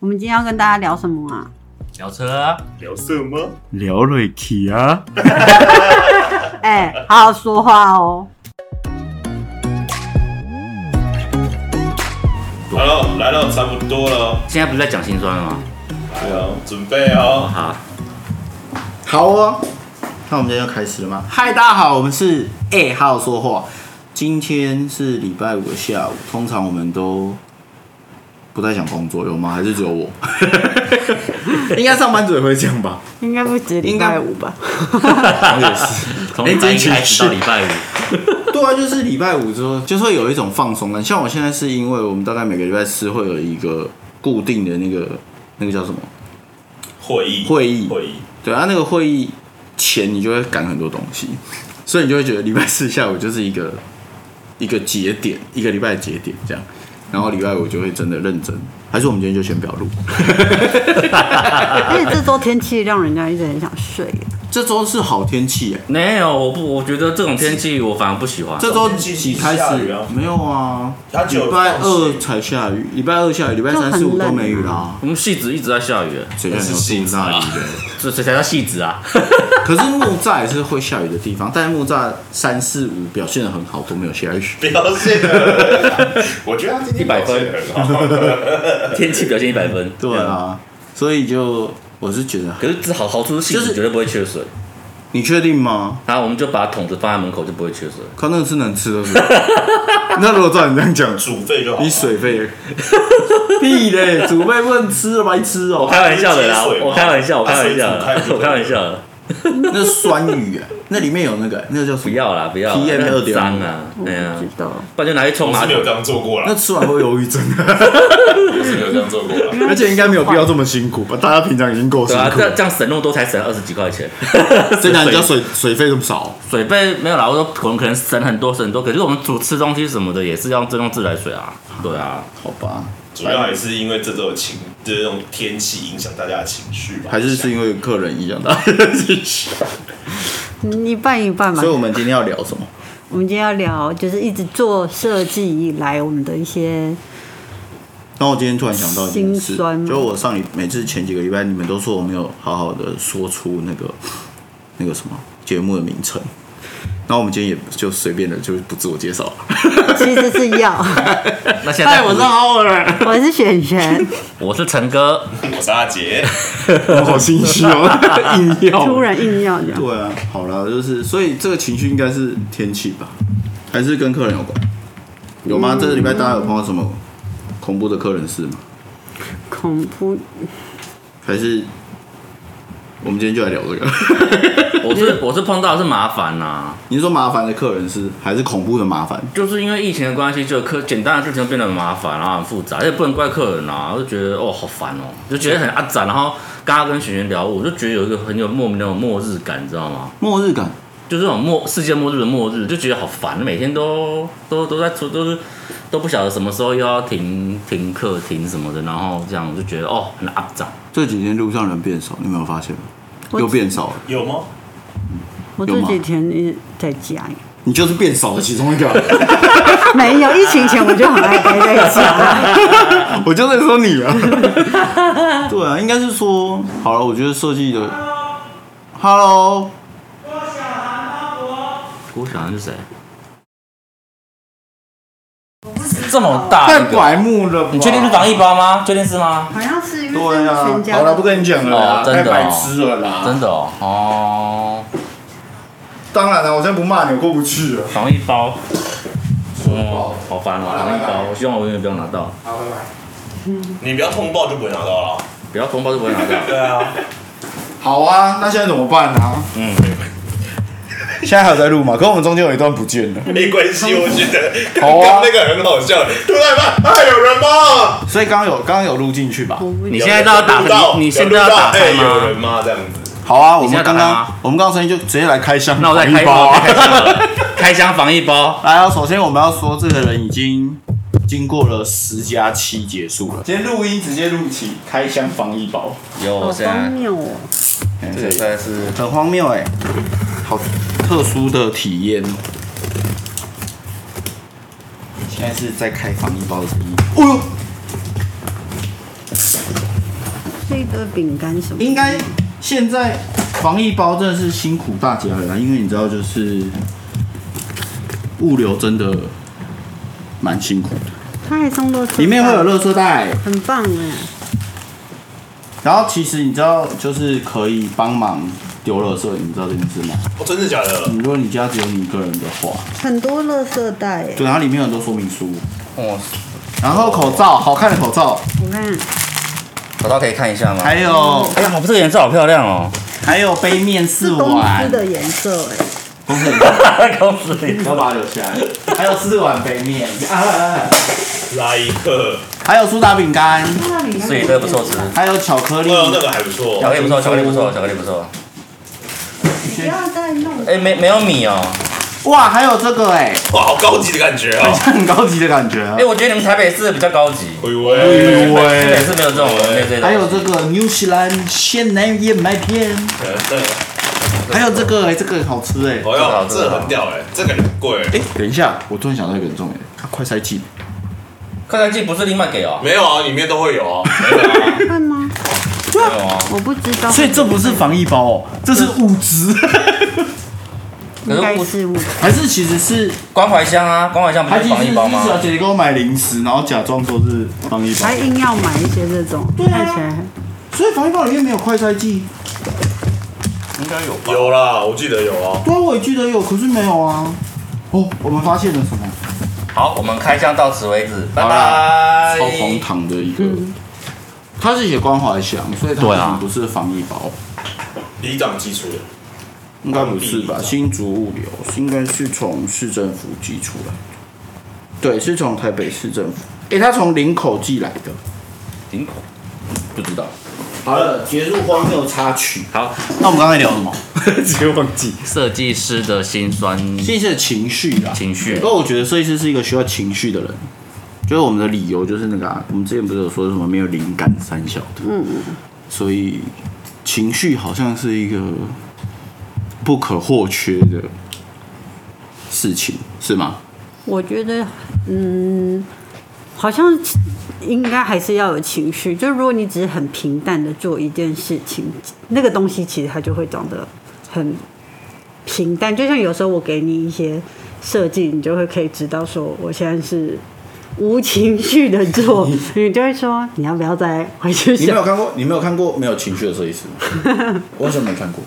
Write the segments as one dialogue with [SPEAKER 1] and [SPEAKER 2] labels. [SPEAKER 1] 我们今天要跟大家聊什么啊？
[SPEAKER 2] 聊车，
[SPEAKER 3] 聊色吗？
[SPEAKER 4] 聊瑞奇啊，
[SPEAKER 1] 哎、好好说话哦。
[SPEAKER 3] 好了，来到差不多了，
[SPEAKER 2] 现在不是在讲心酸了吗？
[SPEAKER 3] 来哦，准备哦。
[SPEAKER 2] 好，
[SPEAKER 5] 好哦，那我们今天就开始了吗？嗨，大家好，我们是哎、好好说话。今天是礼拜五的下午，通常我们都不太想工作，有吗？还是只有 我？应该上班族也会这样吧？
[SPEAKER 1] 应该不止
[SPEAKER 5] 礼拜
[SPEAKER 1] 五吧？
[SPEAKER 5] 我 也是。
[SPEAKER 2] 从礼拜一开始到
[SPEAKER 5] 哎这一期是
[SPEAKER 2] 礼拜五，
[SPEAKER 5] 对啊，就是礼拜五之后，就是会有一种放松感。像我现在是因为我们大概每个礼拜四会有一个固定的那个那个叫什么？
[SPEAKER 3] 会议，
[SPEAKER 5] 会议
[SPEAKER 3] 会议，
[SPEAKER 5] 对啊，那个会议前你就会赶很多东西，所以你就会觉得礼拜四下午就是一个一个节点，一个礼拜的节点这样。然后礼拜五就会真的认真，还是我们今天就先不要录。
[SPEAKER 1] 而且这周天气让人家一直很想睡。
[SPEAKER 5] 这周是好天气耶，
[SPEAKER 2] 没有，我不，我觉得这种天气我反而不喜欢。
[SPEAKER 5] 这周几几开
[SPEAKER 3] 下
[SPEAKER 5] 始
[SPEAKER 3] 雨啊
[SPEAKER 5] 没有啊？
[SPEAKER 3] 它就有
[SPEAKER 5] 礼拜二才下雨，礼拜二下雨，礼拜三四五都没雨啦。
[SPEAKER 2] 我们戏子一直在下雨，
[SPEAKER 5] 谁叫你要
[SPEAKER 3] 那是戏
[SPEAKER 5] 住
[SPEAKER 3] 子
[SPEAKER 5] 那
[SPEAKER 3] 啊
[SPEAKER 5] 里的？
[SPEAKER 2] 这这才叫戏子 啊！
[SPEAKER 5] 可是木栅也是会下雨的地方，但是木栅三四五表现的很好，都没有下雨。
[SPEAKER 3] 表现的， 我觉得他今天
[SPEAKER 2] 100
[SPEAKER 3] 表
[SPEAKER 2] 分
[SPEAKER 3] 现得很好。
[SPEAKER 2] 天气表现一百分，
[SPEAKER 5] 对啊，所以就我是觉得，
[SPEAKER 2] 可是这好好处是戏
[SPEAKER 5] 就
[SPEAKER 2] 子
[SPEAKER 5] 是
[SPEAKER 2] 绝对不会缺水，
[SPEAKER 5] 你确定吗？
[SPEAKER 2] 然后我们就把桶子放在门口就不会缺水。
[SPEAKER 5] 靠，那个是能吃的是吧那如果照你这样讲，
[SPEAKER 3] 煮费 就好。
[SPEAKER 5] 你水费屁嘞，煮费不能吃了，白吃哦
[SPEAKER 2] 我。开玩笑的啦，
[SPEAKER 3] 接水吗
[SPEAKER 2] 我开玩笑，我开玩笑的，
[SPEAKER 3] 把水煮开
[SPEAKER 2] 我开玩笑的，
[SPEAKER 5] 那酸雨啊，那里面有那个，那个叫什
[SPEAKER 2] 不
[SPEAKER 5] 么？
[SPEAKER 2] 要啦，不要啦，
[SPEAKER 5] PM
[SPEAKER 2] 那很
[SPEAKER 5] 2.5
[SPEAKER 2] 脏啊，对啊
[SPEAKER 1] 我不，知道，
[SPEAKER 2] 不然就拿去冲
[SPEAKER 3] 我
[SPEAKER 2] 马
[SPEAKER 3] 是没
[SPEAKER 2] 桶
[SPEAKER 3] 有。这样做过
[SPEAKER 5] 那
[SPEAKER 3] 啦，
[SPEAKER 5] 吃完会忧郁症，啊
[SPEAKER 3] 我是没有这样做过啦。
[SPEAKER 5] 而且应该没有必要这么辛苦吧？大家平常已经够
[SPEAKER 2] 对
[SPEAKER 5] 辛
[SPEAKER 2] 啊，
[SPEAKER 5] 苦
[SPEAKER 2] 这
[SPEAKER 5] 了，
[SPEAKER 2] 这样省那么多才省二十几块钱，
[SPEAKER 5] 真的，你家水水费这么少，
[SPEAKER 2] 水费没有啦，我说可能可能省很多省很多，可是我们煮吃东西什么的也是要真用自来水啊，对啊，
[SPEAKER 5] 好吧？
[SPEAKER 3] 主要还是因为这周的情，就是那种天气影响大家的情绪吧。
[SPEAKER 5] 还是是因为客人一样 的，所
[SPEAKER 1] 一半一半吧
[SPEAKER 5] 以。我们今天要聊什么？
[SPEAKER 1] 我们今天要聊，就是一直做设计以来，我们的一些
[SPEAKER 5] 那我今天突然想到一件事
[SPEAKER 1] 心酸，吗
[SPEAKER 5] 就我上礼每次前几个礼拜，你们都说我没有好好的说出那个那个什么节目的名称，然后我们今天也就随便的就不自我介绍了。
[SPEAKER 1] 其实是 要。
[SPEAKER 2] 那现在我
[SPEAKER 5] 奥尔，
[SPEAKER 1] 我是璇璇，
[SPEAKER 2] 我是陈哥，
[SPEAKER 3] 我是阿杰，
[SPEAKER 5] 我 好心虚 哦，硬要
[SPEAKER 1] 突。然硬要聊。
[SPEAKER 5] 对啊，好了，就是所以这个情绪应该是天气吧，还是跟客人有关？有吗？
[SPEAKER 1] 嗯
[SPEAKER 5] 这个礼拜大家有碰到什么恐怖的客人事吗？
[SPEAKER 1] 恐怖，
[SPEAKER 5] 还是我们今天就来聊这个？
[SPEAKER 2] 我是我是碰到的是麻烦呐、啊，
[SPEAKER 5] 你是说麻烦的客人是还是恐怖的麻烦？
[SPEAKER 2] 就是因为疫情的关系，就客简单的事情就变得很麻烦，然啊后很复杂，而且不能怪客人啊，我就觉得哦好烦哦，就觉得很阿展，然后刚刚跟璇璇聊，我就觉得有一个很有莫名的那种末日感，你知道吗？
[SPEAKER 5] 末日感，
[SPEAKER 2] 就这种末世界末日的末日，就觉得好烦，每天都都都在出，都是都不晓得什么时候又要停停课停什么的，然后这样我就觉得哦很肮脏。
[SPEAKER 5] 这几天路上人变少，你有没有发现吗？
[SPEAKER 1] 我
[SPEAKER 5] 又变少了，
[SPEAKER 3] 有吗？
[SPEAKER 1] 我这几天一直在家，
[SPEAKER 5] 你就是变少的其中一个。
[SPEAKER 1] 没有疫情前我就很爱待在 家。
[SPEAKER 5] 我就在说你啊。对啊，应 该是说好了，我觉得设计的，Hello，
[SPEAKER 2] 郭晓涵是谁？这么大
[SPEAKER 5] 太拐目了吧？
[SPEAKER 2] 你确定是防疫包吗？确定是吗？
[SPEAKER 1] 好像是因为
[SPEAKER 5] 对啊
[SPEAKER 1] 全，家
[SPEAKER 5] 好了，不跟你讲了啦，
[SPEAKER 2] 哦真的
[SPEAKER 5] 太
[SPEAKER 2] 哦
[SPEAKER 5] 白痴了啦。
[SPEAKER 2] 真的哦，哦，
[SPEAKER 5] 当然了，我现在不骂你，我过不去了。
[SPEAKER 2] 防疫包，
[SPEAKER 5] 嗯
[SPEAKER 2] 哦，好烦哦，
[SPEAKER 5] 好啦
[SPEAKER 2] 防疫
[SPEAKER 5] 拜
[SPEAKER 2] 包，
[SPEAKER 5] 拜
[SPEAKER 2] 我希望我永远不要拿到，
[SPEAKER 5] 好，拜拜。
[SPEAKER 3] 你不要通报就不会拿到了。
[SPEAKER 2] 不要封包就不会拿到。
[SPEAKER 3] 对啊，
[SPEAKER 5] 好啊，那现在怎么办啊？
[SPEAKER 2] 嗯，
[SPEAKER 5] 现在还有在录嘛？可我们中间有一段不见了，
[SPEAKER 3] 没关系，我觉得
[SPEAKER 5] 好
[SPEAKER 3] 刚
[SPEAKER 5] 啊
[SPEAKER 3] 刚那个很好笑，突然发啊有人吗？
[SPEAKER 5] 所以刚刚有刚刚有录进去吧？
[SPEAKER 1] 我不
[SPEAKER 2] 你现在都要打
[SPEAKER 3] 有录到
[SPEAKER 2] 你你现在要打开
[SPEAKER 3] 有录到哎有人
[SPEAKER 2] 吗？
[SPEAKER 3] 吗？这样子，
[SPEAKER 5] 好啊，我
[SPEAKER 2] 你现
[SPEAKER 5] 们
[SPEAKER 2] 在打开
[SPEAKER 5] 刚刚
[SPEAKER 2] 吗
[SPEAKER 5] 我们刚刚声音就直接来开箱，
[SPEAKER 2] 那我再开
[SPEAKER 5] 一包
[SPEAKER 2] 我
[SPEAKER 5] 啊
[SPEAKER 2] 再。开箱好了，开箱防疫包。
[SPEAKER 5] 来啊，首先我们要说，这个人已经经过了十加七结束了。今天录音直接录起开箱防疫包，
[SPEAKER 2] 有
[SPEAKER 1] 好
[SPEAKER 2] 现在
[SPEAKER 1] 荒。谬哦！
[SPEAKER 5] 哎
[SPEAKER 2] 这个实在是
[SPEAKER 5] 很荒谬哎、好特殊的体验。哎现在是在开防疫包的声音。哦呦，
[SPEAKER 1] 一堆饼干什么的，
[SPEAKER 5] 应该现在防疫包真的是辛苦大家了啦，因为你知道，就是物流真的蛮辛苦的，
[SPEAKER 1] 他还送到车
[SPEAKER 5] 里面会有
[SPEAKER 1] 上
[SPEAKER 5] 垃圾袋，
[SPEAKER 1] 很棒哎，
[SPEAKER 5] 然后其实你知道，就是可以帮忙丢垃圾，你知道这件事吗？嗯
[SPEAKER 3] 哦，真的假的？
[SPEAKER 5] 如果你家只有你一个人的话，
[SPEAKER 1] 很多垃圾袋哎，
[SPEAKER 5] 对，然后里面有很多说明书，
[SPEAKER 2] 哦，
[SPEAKER 5] 然后口罩，好看的口罩，
[SPEAKER 1] 我看
[SPEAKER 2] 口罩可以看一下吗？
[SPEAKER 5] 还有
[SPEAKER 2] 哎呀，这个颜色好漂亮 哦！
[SPEAKER 5] 还有杯面
[SPEAKER 1] 是
[SPEAKER 5] 试
[SPEAKER 1] 公司
[SPEAKER 5] 碗，
[SPEAKER 1] 的颜色哎，
[SPEAKER 5] 公司的
[SPEAKER 2] 公司里
[SPEAKER 5] 你要把它留下来，还有四碗杯面，啊
[SPEAKER 3] 来一个，
[SPEAKER 5] 还有苏打饼干，
[SPEAKER 2] 所以这个不错吃，
[SPEAKER 5] 还有巧克力，
[SPEAKER 3] 哦，那个还不错
[SPEAKER 2] 巧。克力不错，巧克力不错，巧克力不错。
[SPEAKER 1] 不要再弄
[SPEAKER 2] 哎，没没有米哦。
[SPEAKER 5] 啊哇，还有这个哎、
[SPEAKER 3] 哇，好高级的感觉哦。
[SPEAKER 5] 很高级的感觉啊
[SPEAKER 2] 哎，！我觉得你们台北市比较高级，
[SPEAKER 3] 喂
[SPEAKER 5] 哎
[SPEAKER 3] 喂
[SPEAKER 5] 呦
[SPEAKER 2] 台北
[SPEAKER 5] 喂，
[SPEAKER 2] 市没有这种，没有这种。
[SPEAKER 5] 还有这个新西兰鲜奶燕麦片，还有这个哎、这个好吃哎、
[SPEAKER 2] 哦
[SPEAKER 3] 哎呦，这很屌哎，这感觉不贵哎。
[SPEAKER 5] 哎、等一下，我突然想到一个很重点，它快塞季，
[SPEAKER 2] 快餐剂不是另外给哦，
[SPEAKER 3] 没有啊，里面都会有啊。
[SPEAKER 1] 看吗？
[SPEAKER 2] 没有哦。
[SPEAKER 1] 我不知道，
[SPEAKER 5] 所以这不是防疫包哦，这是物 资，
[SPEAKER 1] 应该是我
[SPEAKER 5] 还是其实是
[SPEAKER 2] 关怀箱啊，关怀箱不
[SPEAKER 5] 还
[SPEAKER 2] 是
[SPEAKER 5] 其实
[SPEAKER 2] 防
[SPEAKER 5] 是
[SPEAKER 2] 疫包吗？
[SPEAKER 5] 小姐姐给我买零食，然后假装说是防疫包
[SPEAKER 1] 还，硬要买一些这种，
[SPEAKER 5] 啊
[SPEAKER 1] 看起来很
[SPEAKER 5] 所以防疫包里面没有快塞剂。
[SPEAKER 2] 应该有。
[SPEAKER 3] 有啦，我记得有啊。
[SPEAKER 5] 对啊，我也记得有，可是没有啊。哦，我们发现了什么？
[SPEAKER 2] 好，我们开箱到此为止，拜
[SPEAKER 5] 好啦
[SPEAKER 2] 拜。
[SPEAKER 5] 超荒唐的一个。它是写关怀箱，所以它
[SPEAKER 2] 对
[SPEAKER 5] 可
[SPEAKER 2] 啊
[SPEAKER 5] 能不是防疫包，
[SPEAKER 3] 里长寄出的，
[SPEAKER 5] 应该不是吧？
[SPEAKER 3] 防疫
[SPEAKER 5] 新竹物流应该是从市政府寄出来的，对，是从台北市政府。诶，它从林口寄来的。
[SPEAKER 2] 林口，不知道。
[SPEAKER 5] 好了，结束荒谬插曲。
[SPEAKER 2] 好，
[SPEAKER 5] 那我们刚才聊什么？直接忘记。
[SPEAKER 2] 设计师的辛酸
[SPEAKER 5] 这是情绪啦，
[SPEAKER 2] 情绪
[SPEAKER 5] 不，过我觉得设计师是一个需要情绪的人，就是我们的理由就是那个、啊，我们之前不是有说什么没有灵感三小的，嗯所以情绪好像是一个不可或缺的事情，是吗？
[SPEAKER 1] 我觉得，嗯，好像应该还是要有情绪。就如果你只是很平淡的做一件事情，那个东西其实它就会长得很平淡。就像有时候我给你一些设计，你就会可以知道说我现在是。无情绪的做， 你就会说你要不要再回去
[SPEAKER 5] 你没有
[SPEAKER 1] 想？
[SPEAKER 5] 看过，你没有看过没有情绪的设计师吗？ 我为什么没看过？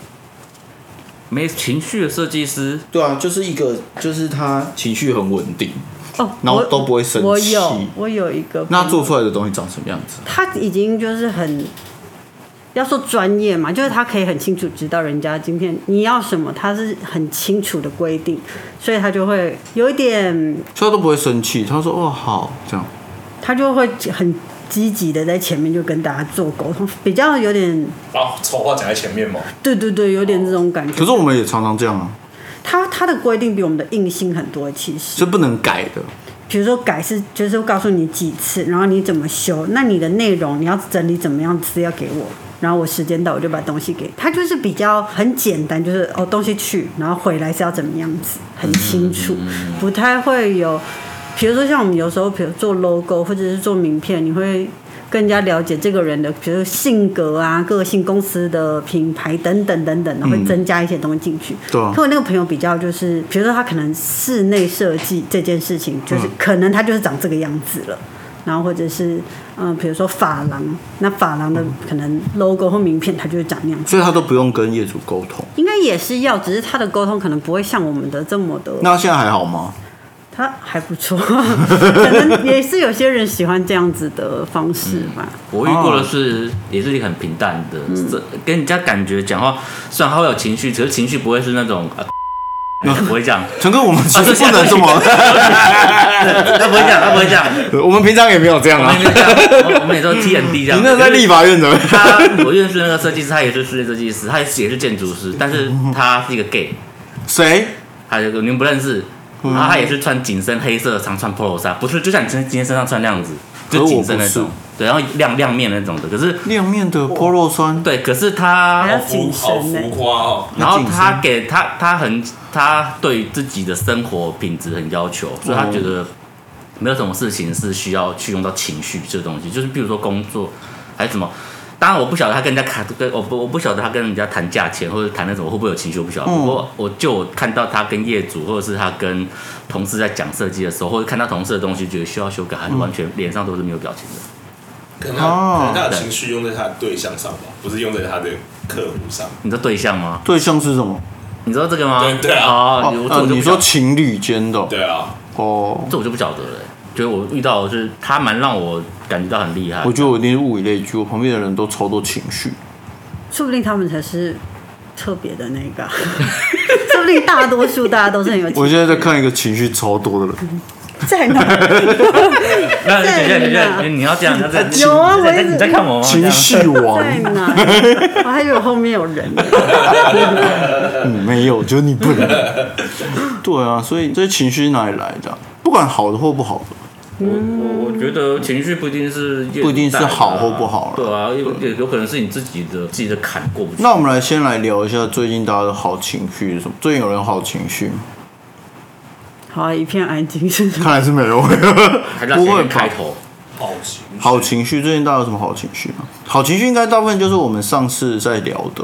[SPEAKER 2] 没情绪的设计师，
[SPEAKER 5] 对啊，就是一个，就是他情绪很稳定，
[SPEAKER 1] 哦，
[SPEAKER 5] 然后
[SPEAKER 1] 我
[SPEAKER 5] 都不会生气
[SPEAKER 1] 我有，我有一个
[SPEAKER 5] 那做出来的东西长什么样子？
[SPEAKER 1] 他已经就是很，要说专业嘛，就是他可以很清楚知道人家今天你要什么，他是很清楚的规定，所以他就会有一点，
[SPEAKER 5] 所以他都不会生气，他说哦好这样。
[SPEAKER 1] 他就会很积极的在前面就跟大家做沟通，比较有点，
[SPEAKER 3] 啊，丑话讲在前面嘛。
[SPEAKER 1] 对对对，有点这种感觉。
[SPEAKER 5] 可是我们也常常这样啊，
[SPEAKER 1] 他他的规定比我们的硬性很多，其实
[SPEAKER 5] 是，不能改的。
[SPEAKER 1] 比如说改是就是告诉你几次，然后你怎么修，那你的内容你要整理怎么样资料给我，然后我时间到我就把东西给他，就是比较很简单，就是哦东西去，然后回来是要怎么样子，很清楚，
[SPEAKER 5] 嗯
[SPEAKER 1] 不太会有，比如说像我们有时候，比如做 logo 或者是做名片，你会。更加了解这个人的，比如说性格啊、个性、公司的品牌等等等等的，会增加一些东西进去。
[SPEAKER 5] 嗯对啊
[SPEAKER 1] 可我那个朋友比较就是，比如说他可能室内设计这件事情，就是
[SPEAKER 5] 嗯
[SPEAKER 1] 可能他就是长这个样子了。然后或者是，嗯、比如说发廊，那发廊
[SPEAKER 5] 嗯
[SPEAKER 1] 的可能 logo 或名片，它就是长那样子，
[SPEAKER 5] 所以他都不用跟业主沟通。
[SPEAKER 1] 应该也是要，只是他的沟通可能不会像我们的这么的，
[SPEAKER 5] 那现在还好吗？
[SPEAKER 1] 他还不错，可能也是有些人喜欢这样子的方式吧。
[SPEAKER 2] 我遇过的是、
[SPEAKER 5] 哦
[SPEAKER 2] 也是一个很平淡的，
[SPEAKER 5] 嗯
[SPEAKER 2] 这跟人家感觉讲话，虽然他会有情绪，可是情绪不会是那种 啊，不会这样，
[SPEAKER 5] 陈哥，我们其
[SPEAKER 2] 啊
[SPEAKER 5] 实
[SPEAKER 2] 这
[SPEAKER 5] 不能这么，
[SPEAKER 2] 他不会这样，他不会这样，
[SPEAKER 5] 我们平常也没有这样
[SPEAKER 2] 我
[SPEAKER 5] 啊
[SPEAKER 2] 们。也这样，我们 也都 T N D 这样。
[SPEAKER 5] 你那在立法院怎么样？
[SPEAKER 2] 他，我认识那个设计师，他也是室内设计师，他也是也是建筑师，但是
[SPEAKER 5] 嗯
[SPEAKER 2] 他是一个 gay，
[SPEAKER 5] 谁？
[SPEAKER 2] 还有一个你们不认识，
[SPEAKER 5] 嗯
[SPEAKER 2] 然后他也是穿紧身黑色长穿 polo 衫，不是就像你今天今天身上穿那样子，就紧身那
[SPEAKER 5] 可我
[SPEAKER 2] 种
[SPEAKER 5] 不，
[SPEAKER 2] 对，然后亮亮面那种的，可是
[SPEAKER 5] 亮面的波肉酸，
[SPEAKER 2] 对，可是他
[SPEAKER 1] 还要
[SPEAKER 3] 浮
[SPEAKER 1] 谨
[SPEAKER 3] 好
[SPEAKER 1] 慎呢、
[SPEAKER 3] 浮夸哦。
[SPEAKER 2] 然后
[SPEAKER 5] 那晋
[SPEAKER 2] 他
[SPEAKER 5] 升
[SPEAKER 2] 给他他很他对自己的生活品质很要求，所以
[SPEAKER 5] 哦
[SPEAKER 2] 他觉得没有什么事情是需要去用到情绪这个东西，就是比如说工作还是什么。当然我不晓得他跟人家谈，跟我不我不晓得他跟人家谈价钱或者谈那种会不会有情绪，我不
[SPEAKER 5] 嗯
[SPEAKER 2] 晓得。不过我就我看到他跟业主或者是他跟同事在讲设计的时候，或者看到同事的东西觉得需要修改，
[SPEAKER 5] 嗯
[SPEAKER 2] 他就完全脸上都是没有表情的。
[SPEAKER 3] 可能他、
[SPEAKER 5] 哦
[SPEAKER 3] 可能他的情绪用在他的对象上吧，不是用在他的客户上。
[SPEAKER 2] 你的对象吗？
[SPEAKER 5] 对象是什么？
[SPEAKER 2] 你知道这个吗？
[SPEAKER 3] 对对啊
[SPEAKER 2] 哦，
[SPEAKER 5] 哦
[SPEAKER 2] 我，这
[SPEAKER 5] 呃
[SPEAKER 2] 我就
[SPEAKER 5] 你
[SPEAKER 2] 不
[SPEAKER 5] 说
[SPEAKER 2] 晓得
[SPEAKER 5] 情侣间的哦
[SPEAKER 3] 对啊，
[SPEAKER 5] 哦，
[SPEAKER 2] 这我就不晓得了欸。就是我遇到的是他蛮让我感觉到很厉害
[SPEAKER 5] 我，觉得我一定是物以类聚，我旁边的人都超多情绪。嗯
[SPEAKER 1] 说不定他们才是特别的那个啊， 说不定大多数大家都是很有
[SPEAKER 5] 我
[SPEAKER 1] 钱，
[SPEAKER 5] 现在在看一个情绪超多的人，
[SPEAKER 1] 在哪？
[SPEAKER 2] 那等一下等
[SPEAKER 1] 在
[SPEAKER 2] 一下，
[SPEAKER 1] 哪
[SPEAKER 2] 哎你你要这样，你要这样，
[SPEAKER 1] 有啊
[SPEAKER 2] 你
[SPEAKER 1] 我一
[SPEAKER 2] 在
[SPEAKER 1] 直
[SPEAKER 2] 你在看我吗？哦这
[SPEAKER 5] 情
[SPEAKER 2] 样
[SPEAKER 5] 绪王，
[SPEAKER 1] 在哪？我还以为后面有人呢。
[SPEAKER 5] 嗯，没有，就是 你不能。对啊，所以这些情绪是哪里来的啊、不管好的或不好的，
[SPEAKER 2] 我我我觉得情绪不一定是业主带的啊
[SPEAKER 5] 不一定是好或不好啦
[SPEAKER 2] 对啊，有有有可能是你自己的自己的坎过不去。
[SPEAKER 5] 那我们来先来聊一下最近大家的好情绪是什么？最近有人有好情绪吗？
[SPEAKER 1] 好啊，一片安静，是什么？
[SPEAKER 5] 看来是没有，
[SPEAKER 2] 还让
[SPEAKER 5] 不
[SPEAKER 2] 谁
[SPEAKER 5] 会
[SPEAKER 2] 先
[SPEAKER 5] 吧
[SPEAKER 2] 开？头？
[SPEAKER 3] 好情绪
[SPEAKER 5] 好情绪最近大家有什么好情绪吗？好情绪应该大部分就是我们上次在聊的，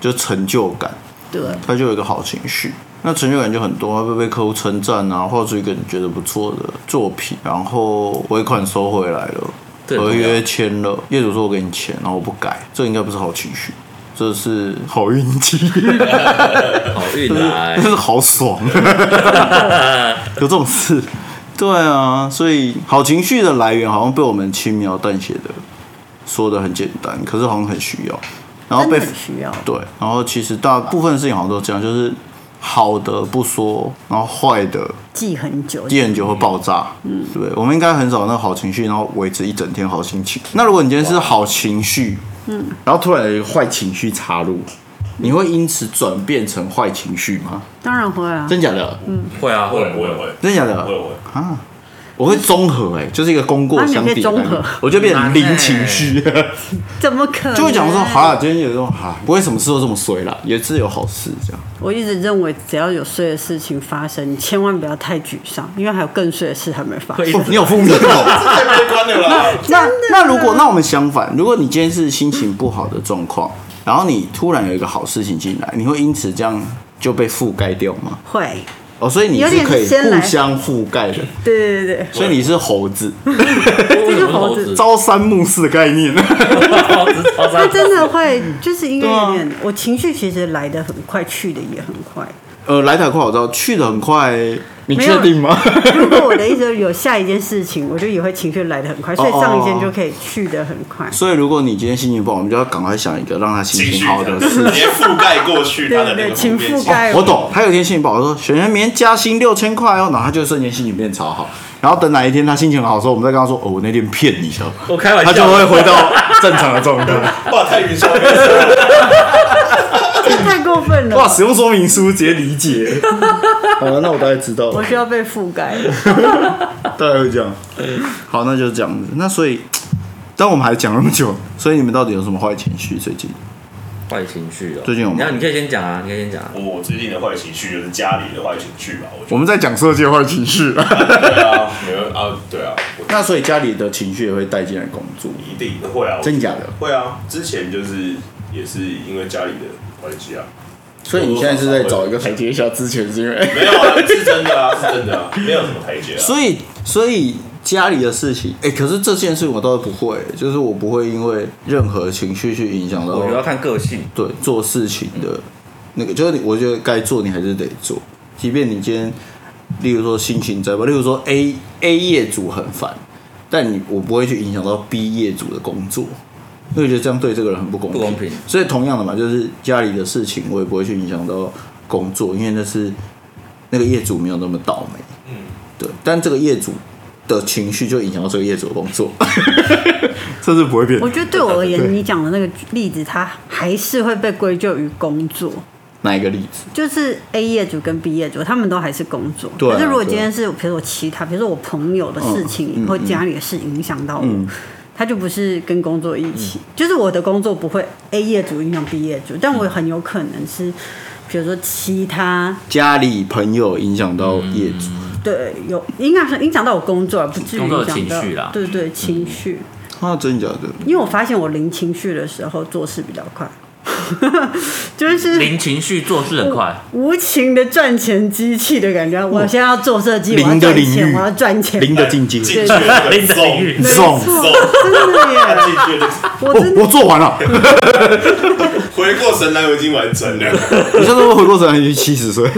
[SPEAKER 5] 就成就感，
[SPEAKER 1] 对，
[SPEAKER 5] 它就有一个好情绪。那成就感就很多，会被客户称赞啊，画出一个你觉得不错的作品，然后尾款收回来了，
[SPEAKER 2] 对
[SPEAKER 5] 合约签了，业主说我给你钱，然后我不改，这应该不是好情绪，这是好运气。
[SPEAKER 2] 好运来
[SPEAKER 5] 真是好 爽，有这种事。对啊，所以好情绪的来源好像被我们轻描淡写的说的很简单，可是好像很需要，然后
[SPEAKER 1] 真的
[SPEAKER 5] 被
[SPEAKER 1] 很需要。
[SPEAKER 5] 对，然后其实大部分事情好像都这样，就是好的不说，然后坏的
[SPEAKER 1] 记很久，
[SPEAKER 5] 见就会爆炸，嗯，对，我们应该很少那个好情绪，然后维持一整天好心情。那如果你今天是好情绪，嗯，然后突然有一个坏情绪插入，你会因此转变成坏情绪吗？
[SPEAKER 1] 当然会啊。
[SPEAKER 5] 真假的？
[SPEAKER 2] 会啊
[SPEAKER 3] 会
[SPEAKER 2] 会
[SPEAKER 3] 会
[SPEAKER 2] 会。
[SPEAKER 3] 会
[SPEAKER 5] 真的假
[SPEAKER 3] 会
[SPEAKER 5] 的？
[SPEAKER 3] 会，
[SPEAKER 5] 啊，我会综合哎、就是一个功过相抵的
[SPEAKER 1] 啊你
[SPEAKER 5] 概
[SPEAKER 1] 可
[SPEAKER 5] 念
[SPEAKER 1] 以综合
[SPEAKER 5] 我就变成零情绪，
[SPEAKER 1] 怎么可能？
[SPEAKER 5] 就会讲说，好啊啦，今天有这种哈，不会什么事都这么衰啦，也是有好事这样。
[SPEAKER 1] 我一直认为，只要有衰的事情发生，你千万不要太沮丧，因为还有更衰的事还没
[SPEAKER 2] 哎
[SPEAKER 1] 发生。
[SPEAKER 5] 哦你有负面 哦。
[SPEAKER 3] 太悲观了啦！
[SPEAKER 5] 那那如果那我们相反，如果你今天是心情不好的状况，然后你突然有一个好事情进来，你会因此这样就被覆盖掉吗？
[SPEAKER 1] 会，
[SPEAKER 5] 哦，所以你
[SPEAKER 1] 有
[SPEAKER 5] 是
[SPEAKER 1] 点
[SPEAKER 5] 可以
[SPEAKER 1] 先来
[SPEAKER 5] 互相覆盖的，
[SPEAKER 1] 对对 对
[SPEAKER 5] 所以你是猴子，
[SPEAKER 2] 这
[SPEAKER 1] 是猴 子
[SPEAKER 5] 朝三暮四的概念。
[SPEAKER 2] 猴子猴
[SPEAKER 1] 对，
[SPEAKER 2] 子
[SPEAKER 1] 真的会，就是因为
[SPEAKER 5] 对啊
[SPEAKER 1] 有点，我情绪其实来的很快，去的也很 快。
[SPEAKER 5] 呃，来得很快，我知道，去的很快，你
[SPEAKER 1] 没有
[SPEAKER 5] 确定吗？
[SPEAKER 1] 如果我的意思是有下一件事情，我就也会情绪来的很快，所以
[SPEAKER 5] 哦哦
[SPEAKER 1] 上一件就可以去的很快。
[SPEAKER 5] 所以，如果你今天心情不好，我们就要赶快想一个让他心
[SPEAKER 3] 情绪
[SPEAKER 5] 情好的事
[SPEAKER 3] 直接覆盖过去他的那
[SPEAKER 1] 对对
[SPEAKER 3] 个
[SPEAKER 1] 请
[SPEAKER 3] 负面
[SPEAKER 1] 覆
[SPEAKER 3] 情绪
[SPEAKER 1] 盖
[SPEAKER 5] 我懂，他有一天心情不好，说璇璇明天加薪六千块哦，然后他就瞬间心情变超好。然后等哪一天他心情很好的时候，我们再跟他说，哦，我那天骗你的，
[SPEAKER 2] 我开玩
[SPEAKER 5] 他
[SPEAKER 2] 笑，
[SPEAKER 5] 就会回到正常的状态。
[SPEAKER 3] 哇，太云霄飞车，
[SPEAKER 1] 这太过分
[SPEAKER 5] 哇，
[SPEAKER 1] 了，
[SPEAKER 5] 使用说明书直接理解。好了，那我大概知道
[SPEAKER 1] 我
[SPEAKER 5] 了，
[SPEAKER 1] 需要被覆 盖了。
[SPEAKER 5] 大概会这样。好，那就这样子。那所以，但我们还讲那么久，所以你们到底有什么坏情绪？最近
[SPEAKER 2] 坏情绪哦。
[SPEAKER 5] 最近有吗
[SPEAKER 2] 你要你可以先讲啊，你可以先讲啊。
[SPEAKER 3] 我最近的坏情绪就是家里的坏情绪吧，我觉
[SPEAKER 5] 我们在讲色界坏情绪。
[SPEAKER 3] 得对啊，没有啊，对啊，我
[SPEAKER 5] 那所以家里的情绪也会带进来工作，
[SPEAKER 3] 一定会啊，我
[SPEAKER 5] 真假的？
[SPEAKER 3] 会啊，之前就是也是因为家里的关系啊，
[SPEAKER 5] 所以你现在是在找一个台阶下，之前是因为。
[SPEAKER 3] 没有啊，是真的啊，是真的啊，没有什么台阶啊。
[SPEAKER 5] 所以，所以家里的事情，哎、可是这件事我倒是不会，就是我不会因为任何情绪去影响到
[SPEAKER 2] 我觉得要看个性，
[SPEAKER 5] 对做事情的那个，就是你我觉得该做你还是得做，即便你今天，例如说心情再不好，例如说 A A 业主很烦，但你我不会去影响到 B 业主的工作。因为我觉得这样对这个人很不公平，
[SPEAKER 2] 不公平
[SPEAKER 5] 所以同样的嘛，就是家里的事情，我也不会去影响到工作，因为那是那个业主没有那么倒霉。
[SPEAKER 2] 嗯
[SPEAKER 5] 对，但这个业主的情绪就影响到这个业主的工 作，这是不会变
[SPEAKER 1] 我觉得对我而言，你讲的那个例子，它还是会被归咎于工作，
[SPEAKER 5] 哪一个例子？
[SPEAKER 1] 就是 A 业主跟 B 业主，他们都还是工作。
[SPEAKER 5] 对啊
[SPEAKER 1] 可是如果
[SPEAKER 5] 对
[SPEAKER 1] 今天是，比如说我其他，比如说我朋友的事情、
[SPEAKER 5] 嗯嗯
[SPEAKER 1] 或家里的事影响到我，
[SPEAKER 5] 嗯
[SPEAKER 1] 他就不是跟工作一起。就是我的工作不会 A 业主影响 B 业主，但我很有可能是，比如说其他
[SPEAKER 5] 家里朋友影响到业主，
[SPEAKER 1] 嗯对有影响是影响到我工作，而不至于
[SPEAKER 2] 工作的
[SPEAKER 1] 影响到
[SPEAKER 2] 情绪啦嗯
[SPEAKER 1] 对对情绪。
[SPEAKER 5] 啊，真假的？
[SPEAKER 1] 因为我发现我零情绪的时候做事比较快，
[SPEAKER 5] 嗯
[SPEAKER 1] 就是
[SPEAKER 2] 零情绪做事很 快，
[SPEAKER 1] 无情的赚钱机器的感觉。我现在要做设计，我要
[SPEAKER 5] 零的
[SPEAKER 1] 赚
[SPEAKER 5] 领
[SPEAKER 1] 钱，
[SPEAKER 5] 域，
[SPEAKER 1] 我要赚钱，
[SPEAKER 5] 零的进阶，
[SPEAKER 3] 进去那 个
[SPEAKER 2] 零的领域
[SPEAKER 3] zone，
[SPEAKER 5] 送
[SPEAKER 1] 没错
[SPEAKER 3] zone
[SPEAKER 1] 真的耶！
[SPEAKER 3] 进去那个
[SPEAKER 1] 我
[SPEAKER 5] 哦
[SPEAKER 1] 真，的
[SPEAKER 5] 我做完了。
[SPEAKER 3] 回过神来，我已经完成了。
[SPEAKER 5] 你上次会回过神来已经七十岁，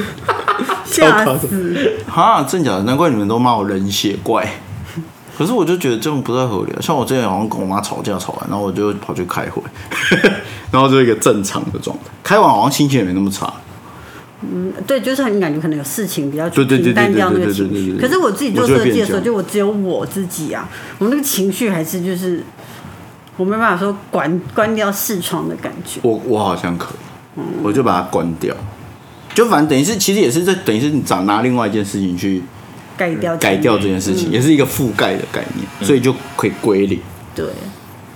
[SPEAKER 1] 吓死，
[SPEAKER 5] 哈，真假的？难怪你们都骂我冷血怪。 可是我就觉得这样不太合理、啊。像我之前好像跟我妈吵架吵完，然后我就跑去开会， 然后就一个正常的状态。开完好像心情也没那么差。
[SPEAKER 1] 对，就是很感觉可能有事情比较
[SPEAKER 5] 对对对
[SPEAKER 1] 平淡掉那
[SPEAKER 5] 对
[SPEAKER 1] 个
[SPEAKER 5] 对对
[SPEAKER 1] 情
[SPEAKER 5] 对对
[SPEAKER 1] 绪。
[SPEAKER 5] 对
[SPEAKER 1] 可是我自己做
[SPEAKER 5] 我就会
[SPEAKER 1] 设计的时候，
[SPEAKER 5] 变这样
[SPEAKER 1] 就我只有我自己啊，我那个情绪还是就是我没办法说关关掉视窗的感觉。
[SPEAKER 5] 我我好像可
[SPEAKER 1] 嗯
[SPEAKER 5] 以，我就把它关掉。就反正等于是，其实也是在等于是你找拿另外一件事情去
[SPEAKER 1] 改掉
[SPEAKER 5] 改掉这件事
[SPEAKER 2] 嗯
[SPEAKER 5] 情，也是一个覆盖的概念，所以就可以归零。
[SPEAKER 1] 对，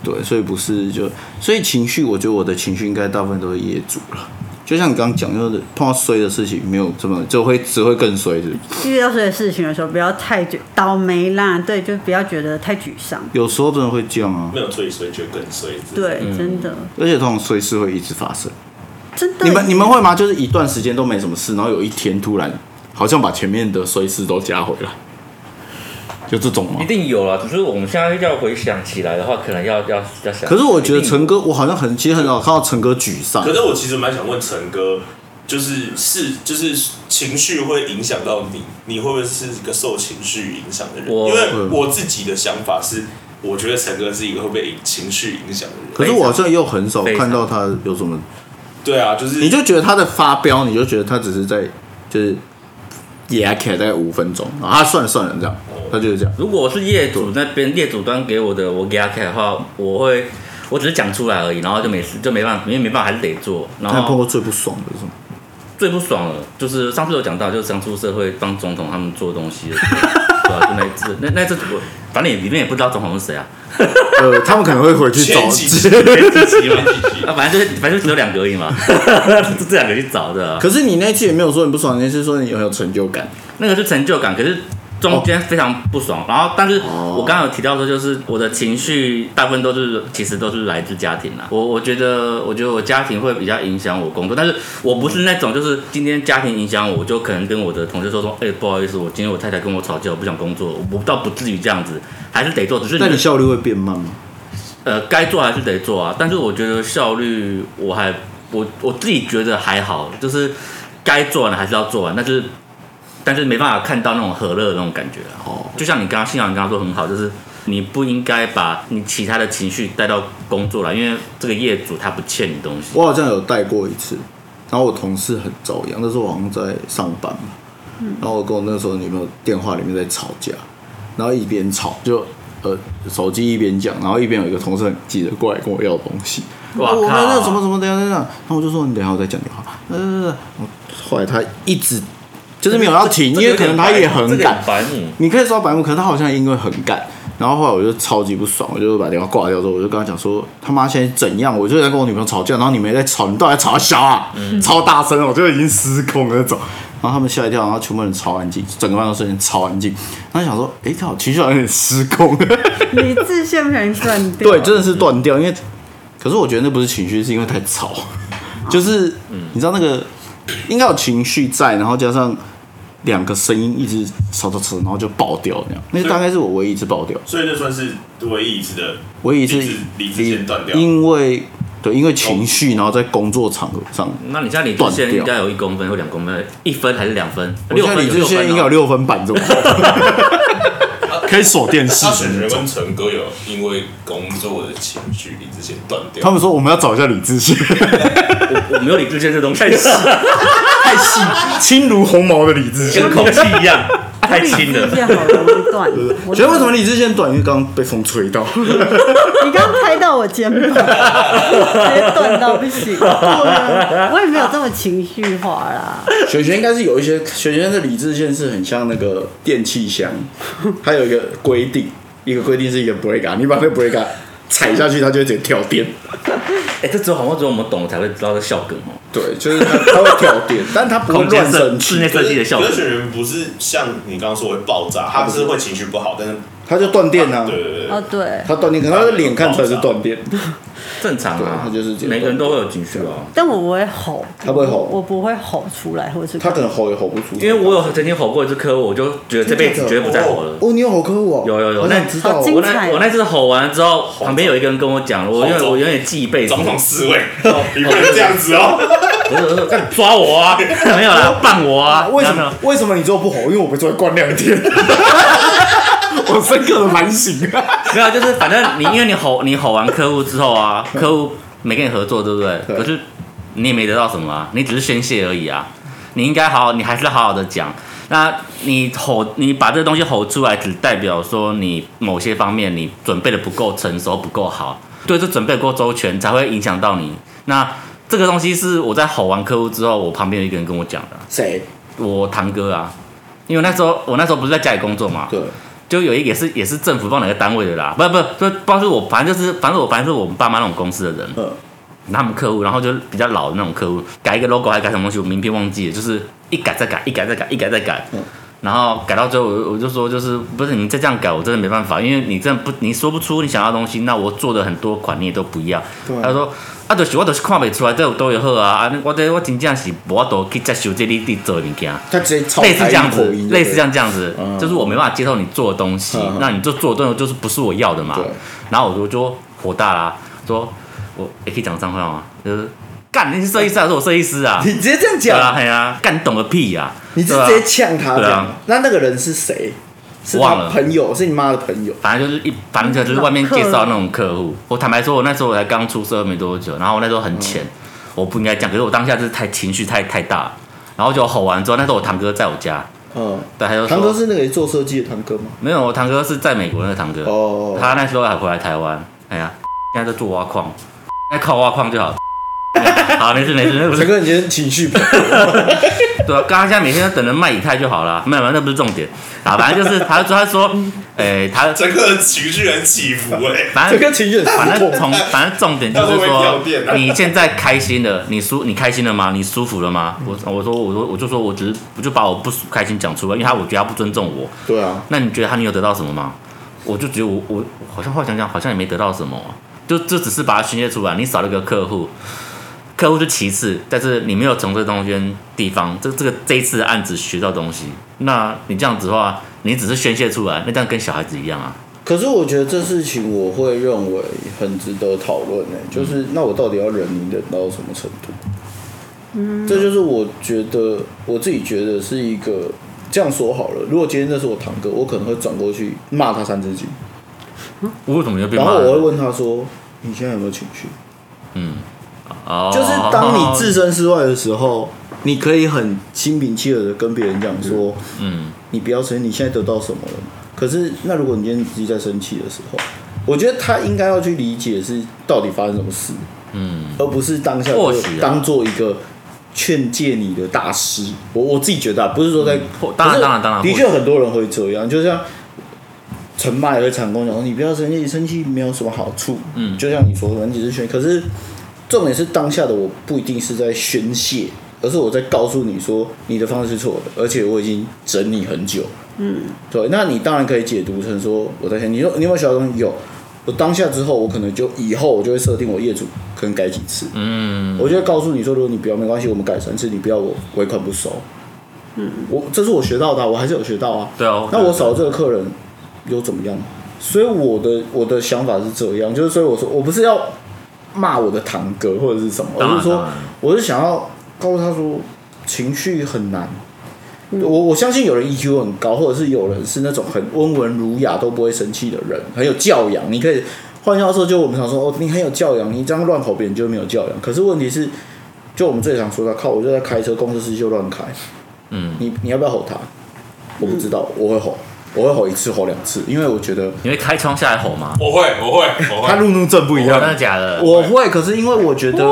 [SPEAKER 5] 对，所以不是就，所以情绪，我觉得我的情绪应该大部分都是业主了。就像你刚刚讲，就是碰到衰的事情，没有这么就会只会更衰，是不是
[SPEAKER 1] 遇到这些事情的时候，不要太觉倒霉啦，对，就不要觉得太沮丧。
[SPEAKER 5] 有时候真的会这样啊，
[SPEAKER 3] 没有追随，就更随。
[SPEAKER 1] 对，
[SPEAKER 5] 嗯
[SPEAKER 1] 真的，
[SPEAKER 5] 而且这种衰事会一直发生。
[SPEAKER 1] 真的。
[SPEAKER 5] 你们你们会吗？就是一段时间都没什么事，然后有一天突然好像把前面的衰事都加回来，就这种吗
[SPEAKER 2] 一？定有啦。啊只是我们现在要回想起来的话，可能要要要想。
[SPEAKER 5] 可是我觉得
[SPEAKER 2] 一定
[SPEAKER 5] 陈哥，我好像很其实很少看到陈哥沮
[SPEAKER 2] 啊
[SPEAKER 5] 丧
[SPEAKER 3] 可，是我其实蛮想问陈哥，就是是就是情绪会影响到你，你会不会是一个受情绪影响的人？
[SPEAKER 2] 我
[SPEAKER 3] 因为我自己的想法是，我觉得陈哥是一个会被情绪影响的人。
[SPEAKER 5] 可是我好像又很少
[SPEAKER 2] 非常
[SPEAKER 5] 看到他有什么
[SPEAKER 3] 对啊，就是
[SPEAKER 5] 你就觉得他的发飙，你就觉得他只是在就是也还可以大概五分钟，然后他算了算了这样，
[SPEAKER 3] 哦
[SPEAKER 5] 他就是这样。
[SPEAKER 2] 如果我是业主那边业主端给我的，我给他开的话，我会我只是讲出来而已，然后就没事，就没办法，因为没办法还是得做。然
[SPEAKER 5] 他碰
[SPEAKER 2] 后
[SPEAKER 5] 过最不爽的是什么？
[SPEAKER 2] 最不爽了，就是上次有讲到，就是刚出社会帮总统他们做东西的时 候，对啊，就那一次，那那一次我反正也里面也不知道总统是谁啊，
[SPEAKER 5] 呃，他们可能会回去找
[SPEAKER 3] 前几 集。
[SPEAKER 2] 是吗啊，反正就是反正就只有两个而已嘛， 就这两个去找的啊、
[SPEAKER 5] 可是你那次也没有说你不爽，你那次说你很有成就感。
[SPEAKER 2] 那个是成就感，可是中间非常不爽。然后，但是
[SPEAKER 5] 哦
[SPEAKER 2] 我刚刚有提到说，就是我的情绪大部分都是其实都是来自家庭啦。我我觉得，我觉得我家庭会比较影响我工作，但是我不是那种就是今天家庭影响我，我就可能跟我的同事说说，哎、不好意思，我今天我太太跟我吵架，我不想工作，我倒不至于这样子，还是得做，只是
[SPEAKER 5] 那你效率会变慢吗？
[SPEAKER 2] 呃，该做还是得做啊。但是我觉得效率，我还我我自己觉得还好，就是该做完的还是要做完，但是但是没办法看到那种和乐的那种感觉啊。
[SPEAKER 5] 哦，
[SPEAKER 2] 就像你刚刚信仰，你刚刚说很好，就是你不应该把你其他的情绪带到工作来，因为这个业主他不欠你东西。
[SPEAKER 5] 我好像有带过一次，然后我同事很遭殃，那时候我好像在上班嘛，然后我跟我那时候女朋友电话里面在吵架，然后一边吵就呃手机一边讲，然后一边有一个同事很急着过来跟我要东西，
[SPEAKER 2] 哇
[SPEAKER 5] 哦我们那
[SPEAKER 2] 靠
[SPEAKER 5] 个什么什么等一下等一下，然后我就说你等一下我再讲电话，呃，我后来他一直就是没有要停，因为可能他也很赶，
[SPEAKER 2] 白目。
[SPEAKER 5] 你可以说白目，可是他好像因为很赶，然后后来我就超级不爽，我就把电话挂掉之后，我就跟他讲说他妈现在怎样，我就在跟我女朋友吵架，然后你们也在吵，你到底在吵小啊，超大声，我就已经失控了那种。然后他们吓一跳，然后全部人超安静，整个办公室人超安静。然后想说，哎，靠，情绪好像有点失控。
[SPEAKER 1] 理智线不小心断掉，
[SPEAKER 5] 对，真的是断掉，因为可是我觉得那不是情绪，是因为太吵，就是你知道那个应该有情绪在，然后加上两个声音一直吵吵吵，然后就爆掉那样。那大概是我唯一一次爆掉，
[SPEAKER 3] 所以那算是唯一一次的
[SPEAKER 5] 唯一一次
[SPEAKER 3] 理智理智线断掉
[SPEAKER 5] 因为对，因为情绪，然后在工作场合上，
[SPEAKER 2] 那你像你之
[SPEAKER 5] 断
[SPEAKER 2] 前
[SPEAKER 5] 掉
[SPEAKER 2] 应该有一公分或两公分，一分还是两分？
[SPEAKER 5] 我
[SPEAKER 2] 六
[SPEAKER 5] 现在
[SPEAKER 2] 分
[SPEAKER 5] 理
[SPEAKER 2] 有
[SPEAKER 5] 智
[SPEAKER 2] 六
[SPEAKER 5] 线
[SPEAKER 2] 分
[SPEAKER 5] 应该有
[SPEAKER 2] 哦。
[SPEAKER 5] 六分板 这种，可以锁电视
[SPEAKER 3] 他选
[SPEAKER 5] 的
[SPEAKER 3] 人
[SPEAKER 5] 那种。
[SPEAKER 3] 跟陈哥有因为工作的情绪理智线断掉，
[SPEAKER 5] 他们说我们要找一下理 智线，
[SPEAKER 2] 我没有理智线这东 西，
[SPEAKER 5] 太细，轻如鸿毛的理智线
[SPEAKER 2] 跟。空气一样，太轻了
[SPEAKER 1] 理智。线好容易 断。我
[SPEAKER 5] 觉得为什么理智线短？因为刚刚被风吹 到。
[SPEAKER 1] 你刚刚拍到我肩 膀，直接断到不行。对啊我也没有这么情绪化啦。
[SPEAKER 5] 雪雪应该是有一些，雪雪的理智线是很像那个电器箱，它有一个规定，一个规定是一个 breaker，你把那个 breaker 踩下去，它就会直接跳电。
[SPEAKER 2] 哎、这只有好像只有我们懂了才会知道这笑梗哦。
[SPEAKER 5] 对，就是它它会跳 电，但它不会
[SPEAKER 2] 空间
[SPEAKER 5] 乱
[SPEAKER 2] 设
[SPEAKER 5] 生
[SPEAKER 2] 室
[SPEAKER 5] 气
[SPEAKER 2] 内。设计的笑
[SPEAKER 3] 可
[SPEAKER 2] 梗
[SPEAKER 3] 是，选人不是像你刚刚说会爆炸，他是会情绪不好，但是
[SPEAKER 5] 它就断电啊，
[SPEAKER 3] 对对对，
[SPEAKER 1] 哦，对。
[SPEAKER 5] 它断电，可能它的脸看出来是断电，
[SPEAKER 2] 正常
[SPEAKER 5] 对
[SPEAKER 2] 啊，
[SPEAKER 5] 他就是这样
[SPEAKER 2] 每个人都会有情绪啊。
[SPEAKER 1] 但我不会吼，
[SPEAKER 5] 他不会吼
[SPEAKER 1] 我不会吼出来，或者是
[SPEAKER 5] 它可能吼也吼不出来。
[SPEAKER 2] 因为我有曾经吼过一只科，我就觉得这辈子绝对不再吼了。
[SPEAKER 5] 哦，你有吼科我？
[SPEAKER 2] 有有有
[SPEAKER 5] 我
[SPEAKER 2] 那
[SPEAKER 5] 想知道
[SPEAKER 1] 好
[SPEAKER 5] 哦。
[SPEAKER 1] 精
[SPEAKER 2] 我
[SPEAKER 1] 彩
[SPEAKER 2] 那我那次吼完之后，旁边有一个人跟我讲，我
[SPEAKER 3] 吼
[SPEAKER 2] 有
[SPEAKER 3] 走
[SPEAKER 2] 我有点记一辈子。
[SPEAKER 3] 总统思维，你不能这样子哦。
[SPEAKER 2] 我就说干抓我啊， 没有啦，棒我啊，
[SPEAKER 5] 为什
[SPEAKER 2] 然后
[SPEAKER 5] 么
[SPEAKER 2] 呢？
[SPEAKER 5] 为什么你之后不吼？因为我被昨天关两 天， 我深刻的反省啊。
[SPEAKER 2] 没有，就是反正你因为你吼你吼完客户之后啊，客户没跟你合作，对不对？
[SPEAKER 5] 对
[SPEAKER 2] 可是你也没得到什么啊，你只是宣泄而已啊。你应该好好，你还是好好的讲。那你吼，你把这个东西吼出来，只代表说你某些方面你准备的不够成熟，不够好，对，这准备不够周全，才会影响到你。那这个东西是我在吼完客户之后，我旁边有一个人跟我讲的啊，
[SPEAKER 5] 谁？
[SPEAKER 2] 我堂哥啊，因为那时候我那时候不是在家里工作嘛，
[SPEAKER 5] 对，
[SPEAKER 2] 就有一个也是也是政府帮哪个单位的啦，不不不，不知道是我，反正就是反正我反正是我们爸妈那种公司的人，
[SPEAKER 5] 嗯，
[SPEAKER 2] 他们客户，然后就比较老的那种客户，改一个 logo 还改什么东西，我名片忘记了，就是一改再改，一改再改，一改再改，
[SPEAKER 5] 嗯
[SPEAKER 2] 然后改到最后，我我就说就是不是你再这样改，我真的没办法，因为你真的不你说不出你想要的东西，那我做的很多款你也都不要。
[SPEAKER 5] 对啊
[SPEAKER 2] 他说啊，就是我就是看不出来，这有多好啊，啊，我这我真正是无法度去接受这你你做的物件。
[SPEAKER 5] 他直接超
[SPEAKER 2] 类似这样
[SPEAKER 5] 台
[SPEAKER 2] 子
[SPEAKER 5] 语口音，就对
[SPEAKER 2] 类似这样这样子，
[SPEAKER 5] 嗯
[SPEAKER 2] 就是我没办法接受你做的东西，
[SPEAKER 5] 嗯嗯
[SPEAKER 2] 那你就做的东西就是不是我要的嘛
[SPEAKER 5] 对。
[SPEAKER 2] 然后我就就火大啦、说我也、可以讲脏话吗？就是干，你是设计师还是我设计师啊？
[SPEAKER 5] 你直接这样
[SPEAKER 2] 对啊，
[SPEAKER 5] 讲，
[SPEAKER 2] 嘿啊，干你懂个屁呀、
[SPEAKER 5] 你是
[SPEAKER 2] 对啊
[SPEAKER 5] 直接呛他
[SPEAKER 2] 对啊
[SPEAKER 5] 讲。那那个人是谁？是
[SPEAKER 2] 忘
[SPEAKER 5] 他
[SPEAKER 2] 了
[SPEAKER 5] 朋友，是你妈的朋友。
[SPEAKER 2] 反正就是一，反正就是外面介绍那种客户。我坦白说，我那时候我才刚出社会没多久，然后我那时候
[SPEAKER 5] 嗯
[SPEAKER 2] 很浅，我不应该讲，可是我当下就是太情绪太太大，然后就吼完之后，那时候我堂哥在我家，
[SPEAKER 5] 嗯，
[SPEAKER 2] 对，他就
[SPEAKER 5] 堂哥
[SPEAKER 2] 说
[SPEAKER 5] 是那个做设计的堂哥吗？
[SPEAKER 2] 没有，我堂哥是在美国那个堂哥，
[SPEAKER 5] 哦，
[SPEAKER 2] 他那时候还回来台湾，哎呀，现在在做挖矿，在靠挖矿就好。 好，没事没事，那不是
[SPEAKER 5] 陈哥，你今天情绪不好
[SPEAKER 2] 对啊，刚刚现在每天都等着卖以太就好了，没有没有，那不是重点啊，反正就是 他说他说，哎、他
[SPEAKER 3] 整个人情绪很起伏哎，
[SPEAKER 2] 反
[SPEAKER 5] 陈
[SPEAKER 2] 正
[SPEAKER 5] 哥情绪很
[SPEAKER 2] 反
[SPEAKER 5] 失
[SPEAKER 2] 正
[SPEAKER 5] 控
[SPEAKER 2] 从反正重点就
[SPEAKER 3] 他会
[SPEAKER 2] 是
[SPEAKER 3] 不会
[SPEAKER 2] 说
[SPEAKER 3] 掉电啊，
[SPEAKER 2] 你现在开心了，你舒你开心了吗？你舒服了吗？我我说我说我就说我只是我就把我不开心讲出来，因为他我觉得他不尊重我，
[SPEAKER 5] 对啊，
[SPEAKER 2] 那你觉得他你有得到什么吗？我就觉得我我我好像话讲讲，好像也没得到什么啊、就就只是把它宣泄出来，你少了一个客户，客户是其次，但是你没有从这东西地方，这这个这一次的案子学到东西，那你这样子的话，你只是宣泄出来，那这样跟小孩子一样啊。
[SPEAKER 5] 可是我觉得这事情我会认为很值得讨论呢，
[SPEAKER 2] 嗯
[SPEAKER 5] 就是那我到底要忍你忍到什么程度？嗯，这就是我觉得我自己觉得是一个这样说好了。如果今天这是我堂哥，我可能会转过去骂他三字经，
[SPEAKER 2] 我为什么要被
[SPEAKER 5] 然
[SPEAKER 2] 骂
[SPEAKER 5] 后我会
[SPEAKER 2] 了？
[SPEAKER 5] 问他说：“你现在有没有情绪？”
[SPEAKER 2] 哦
[SPEAKER 5] 就是当你置身事外的时候，你可以很心平气和的跟别人讲说，
[SPEAKER 2] 嗯，
[SPEAKER 5] 你不要生气，你现在得到什么了？可是，那如果你今天自己在生气的时候，我觉得他应该要去理解是到底发生什么事，
[SPEAKER 2] 嗯，
[SPEAKER 5] 而不是当下
[SPEAKER 2] 或
[SPEAKER 5] 就
[SPEAKER 2] 许啊
[SPEAKER 5] 当做一个劝诫你的大师。我我自己觉得、啊，不是说在，
[SPEAKER 2] 或嗯当然
[SPEAKER 5] 可是
[SPEAKER 2] 当然当然
[SPEAKER 5] 的
[SPEAKER 2] 或
[SPEAKER 5] 确很多人会这样，就像。陈麦和常跟我讲说：“你不要生气，生气没有什么好处。”
[SPEAKER 2] 嗯
[SPEAKER 5] 就像你说的，你只是宣，可是重点是当下的我不一定是在宣泄，而是我在告诉你说你的方式是错的，而且我已经整你很久。嗯，对，那你当然可以解读成说我在想，你说你有没有学到东西？有，我当下之后，我可能就以后我就会设定我业主可能改几次，
[SPEAKER 2] 嗯，
[SPEAKER 5] 我就会告诉你说，如果你不要没关系，我们改三次，你不要我尾款不收。嗯，我这是我学到的啊、我还是有学到啊。
[SPEAKER 2] 对啊，
[SPEAKER 5] 那我少了这个客人又怎么样？所以我的我的想法是这样，就是所以我说我不是要骂我的堂哥或者是什么，
[SPEAKER 2] 当然
[SPEAKER 5] 我是说
[SPEAKER 2] 当然
[SPEAKER 5] 我是想要告诉他说情绪很难。我我相信有人 EQ 很高，或者是有人是那种很温文儒雅都不会生气的人，很有教养。你可以换句话说，就我们常说哦，你很有教养，你这样乱吼别人就没有教养。可是问题是，就我们最常说的，靠，我就在开车，公司司机就乱开，
[SPEAKER 2] 嗯，
[SPEAKER 5] 你你要不要吼他？我不知道，我会吼，我会吼一次，吼两次，因为我觉得
[SPEAKER 2] 你会开窗下来吼吗？
[SPEAKER 3] 我会，我会，我
[SPEAKER 5] 他
[SPEAKER 3] 会。
[SPEAKER 5] 路怒症不一样
[SPEAKER 2] 真。的假的？
[SPEAKER 5] 我会，可是因为我觉得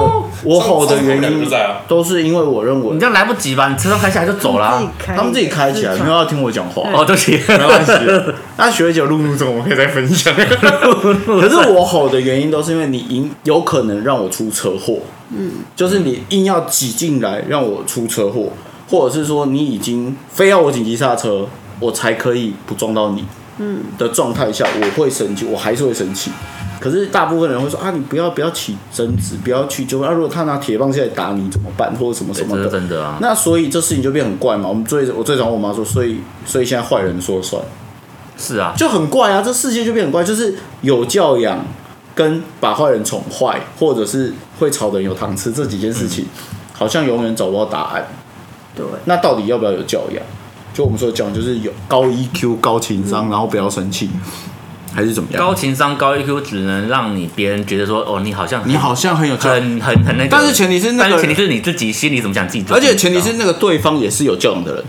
[SPEAKER 5] 我吼的原
[SPEAKER 3] 两个
[SPEAKER 5] 因
[SPEAKER 3] 就在啊，
[SPEAKER 5] 都是因为我认
[SPEAKER 2] 你
[SPEAKER 5] 为
[SPEAKER 2] 这样来不及吧？你车窗开下来就走啦
[SPEAKER 1] 自。己开，
[SPEAKER 5] 他们自己开起来，
[SPEAKER 1] 自
[SPEAKER 5] 没
[SPEAKER 1] 己
[SPEAKER 5] 有要听我讲话。
[SPEAKER 2] 哦，对不起，
[SPEAKER 5] 没关系， 那学姐有路怒症我可以再分享。 可是我吼的原因都是因为你引有可能让我出车祸，嗯，就是你硬要挤进来让我出车祸，或者是说你已经非要我紧急刹车，我才可以不撞到你。嗯的状态下，我会生气，我还是会生气。可是大部分人会说啊，你不要不要起争执，不要去纠纷。啊，如果他拿铁棒下来打你怎么办，或者什么什
[SPEAKER 2] 对，
[SPEAKER 5] 么
[SPEAKER 2] 这是
[SPEAKER 5] 的。
[SPEAKER 2] 真的啊。
[SPEAKER 5] 那所以这事情就变很怪嘛。我们最我最常问我妈说，所以所以现在坏人说了算，
[SPEAKER 2] 是啊，
[SPEAKER 5] 就很怪啊。这世界就变很怪，就是有教养跟把坏人宠坏，或者是会吵得人有糖吃这几件事情，好像永远找不到答案。
[SPEAKER 1] 对，
[SPEAKER 5] 那到底要不要有教养？就我们说的教养，就是有高 EQ、高情商，然后不要生气，还是怎么样？
[SPEAKER 2] 高情商、高 EQ 只能让你别人觉得说，哦，你好像
[SPEAKER 5] 你好像很有教养，
[SPEAKER 2] 很很很那个，
[SPEAKER 5] 但是前提是那
[SPEAKER 2] 但
[SPEAKER 5] 个
[SPEAKER 2] 是前提是你自己心里怎么想，自己就
[SPEAKER 5] 而
[SPEAKER 2] 知
[SPEAKER 5] 且
[SPEAKER 2] 道
[SPEAKER 5] 前提是那个对方也是有教养的人，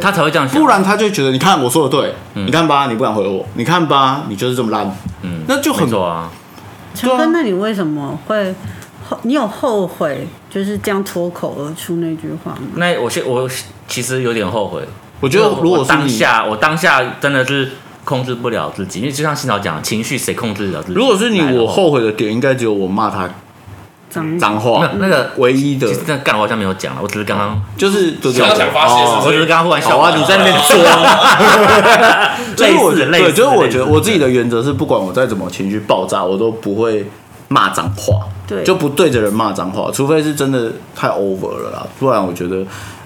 [SPEAKER 2] 他才会这样想，
[SPEAKER 5] 不然他就觉得你看我说的对，你看吧，你不敢回我，你看吧，你就是这么烂，
[SPEAKER 2] 嗯，
[SPEAKER 5] 那就很
[SPEAKER 2] 没错啊。
[SPEAKER 1] 陈
[SPEAKER 5] 对啊
[SPEAKER 1] 哥，那你为什么会后？你有后悔就是这样脱口而出那句话吗？
[SPEAKER 2] 那我现我其实有点后悔，
[SPEAKER 5] 我觉得如果
[SPEAKER 2] 我
[SPEAKER 5] 是
[SPEAKER 2] 当
[SPEAKER 5] 你，
[SPEAKER 2] 下，我当下真的是控制不了自己，因为就像新导讲，情绪谁控制得了自己？
[SPEAKER 5] 如果是你，
[SPEAKER 2] 来了
[SPEAKER 5] 我后悔的点应该只有我骂他
[SPEAKER 1] 脏
[SPEAKER 5] 脏
[SPEAKER 2] 没
[SPEAKER 5] 话
[SPEAKER 2] 有，那个
[SPEAKER 5] 唯一的
[SPEAKER 2] 其实那干我好像没有讲了，我只是刚刚，
[SPEAKER 5] 就是对
[SPEAKER 3] 想要
[SPEAKER 5] 对
[SPEAKER 3] 讲发泄是不
[SPEAKER 2] 我只是刚刚忽然笑
[SPEAKER 5] 好
[SPEAKER 2] 话。
[SPEAKER 5] 啊，你 在那边说，就是
[SPEAKER 2] 类
[SPEAKER 5] 我
[SPEAKER 2] 似
[SPEAKER 5] 觉得
[SPEAKER 2] 类似，
[SPEAKER 5] 对，就是我觉
[SPEAKER 2] 类似
[SPEAKER 5] 得我自己的原则是，不管我再怎么情绪爆炸，我都不会骂脏话，
[SPEAKER 1] 对
[SPEAKER 5] 就不对着人骂脏话，除非是真的太 over 了啦，不然我觉得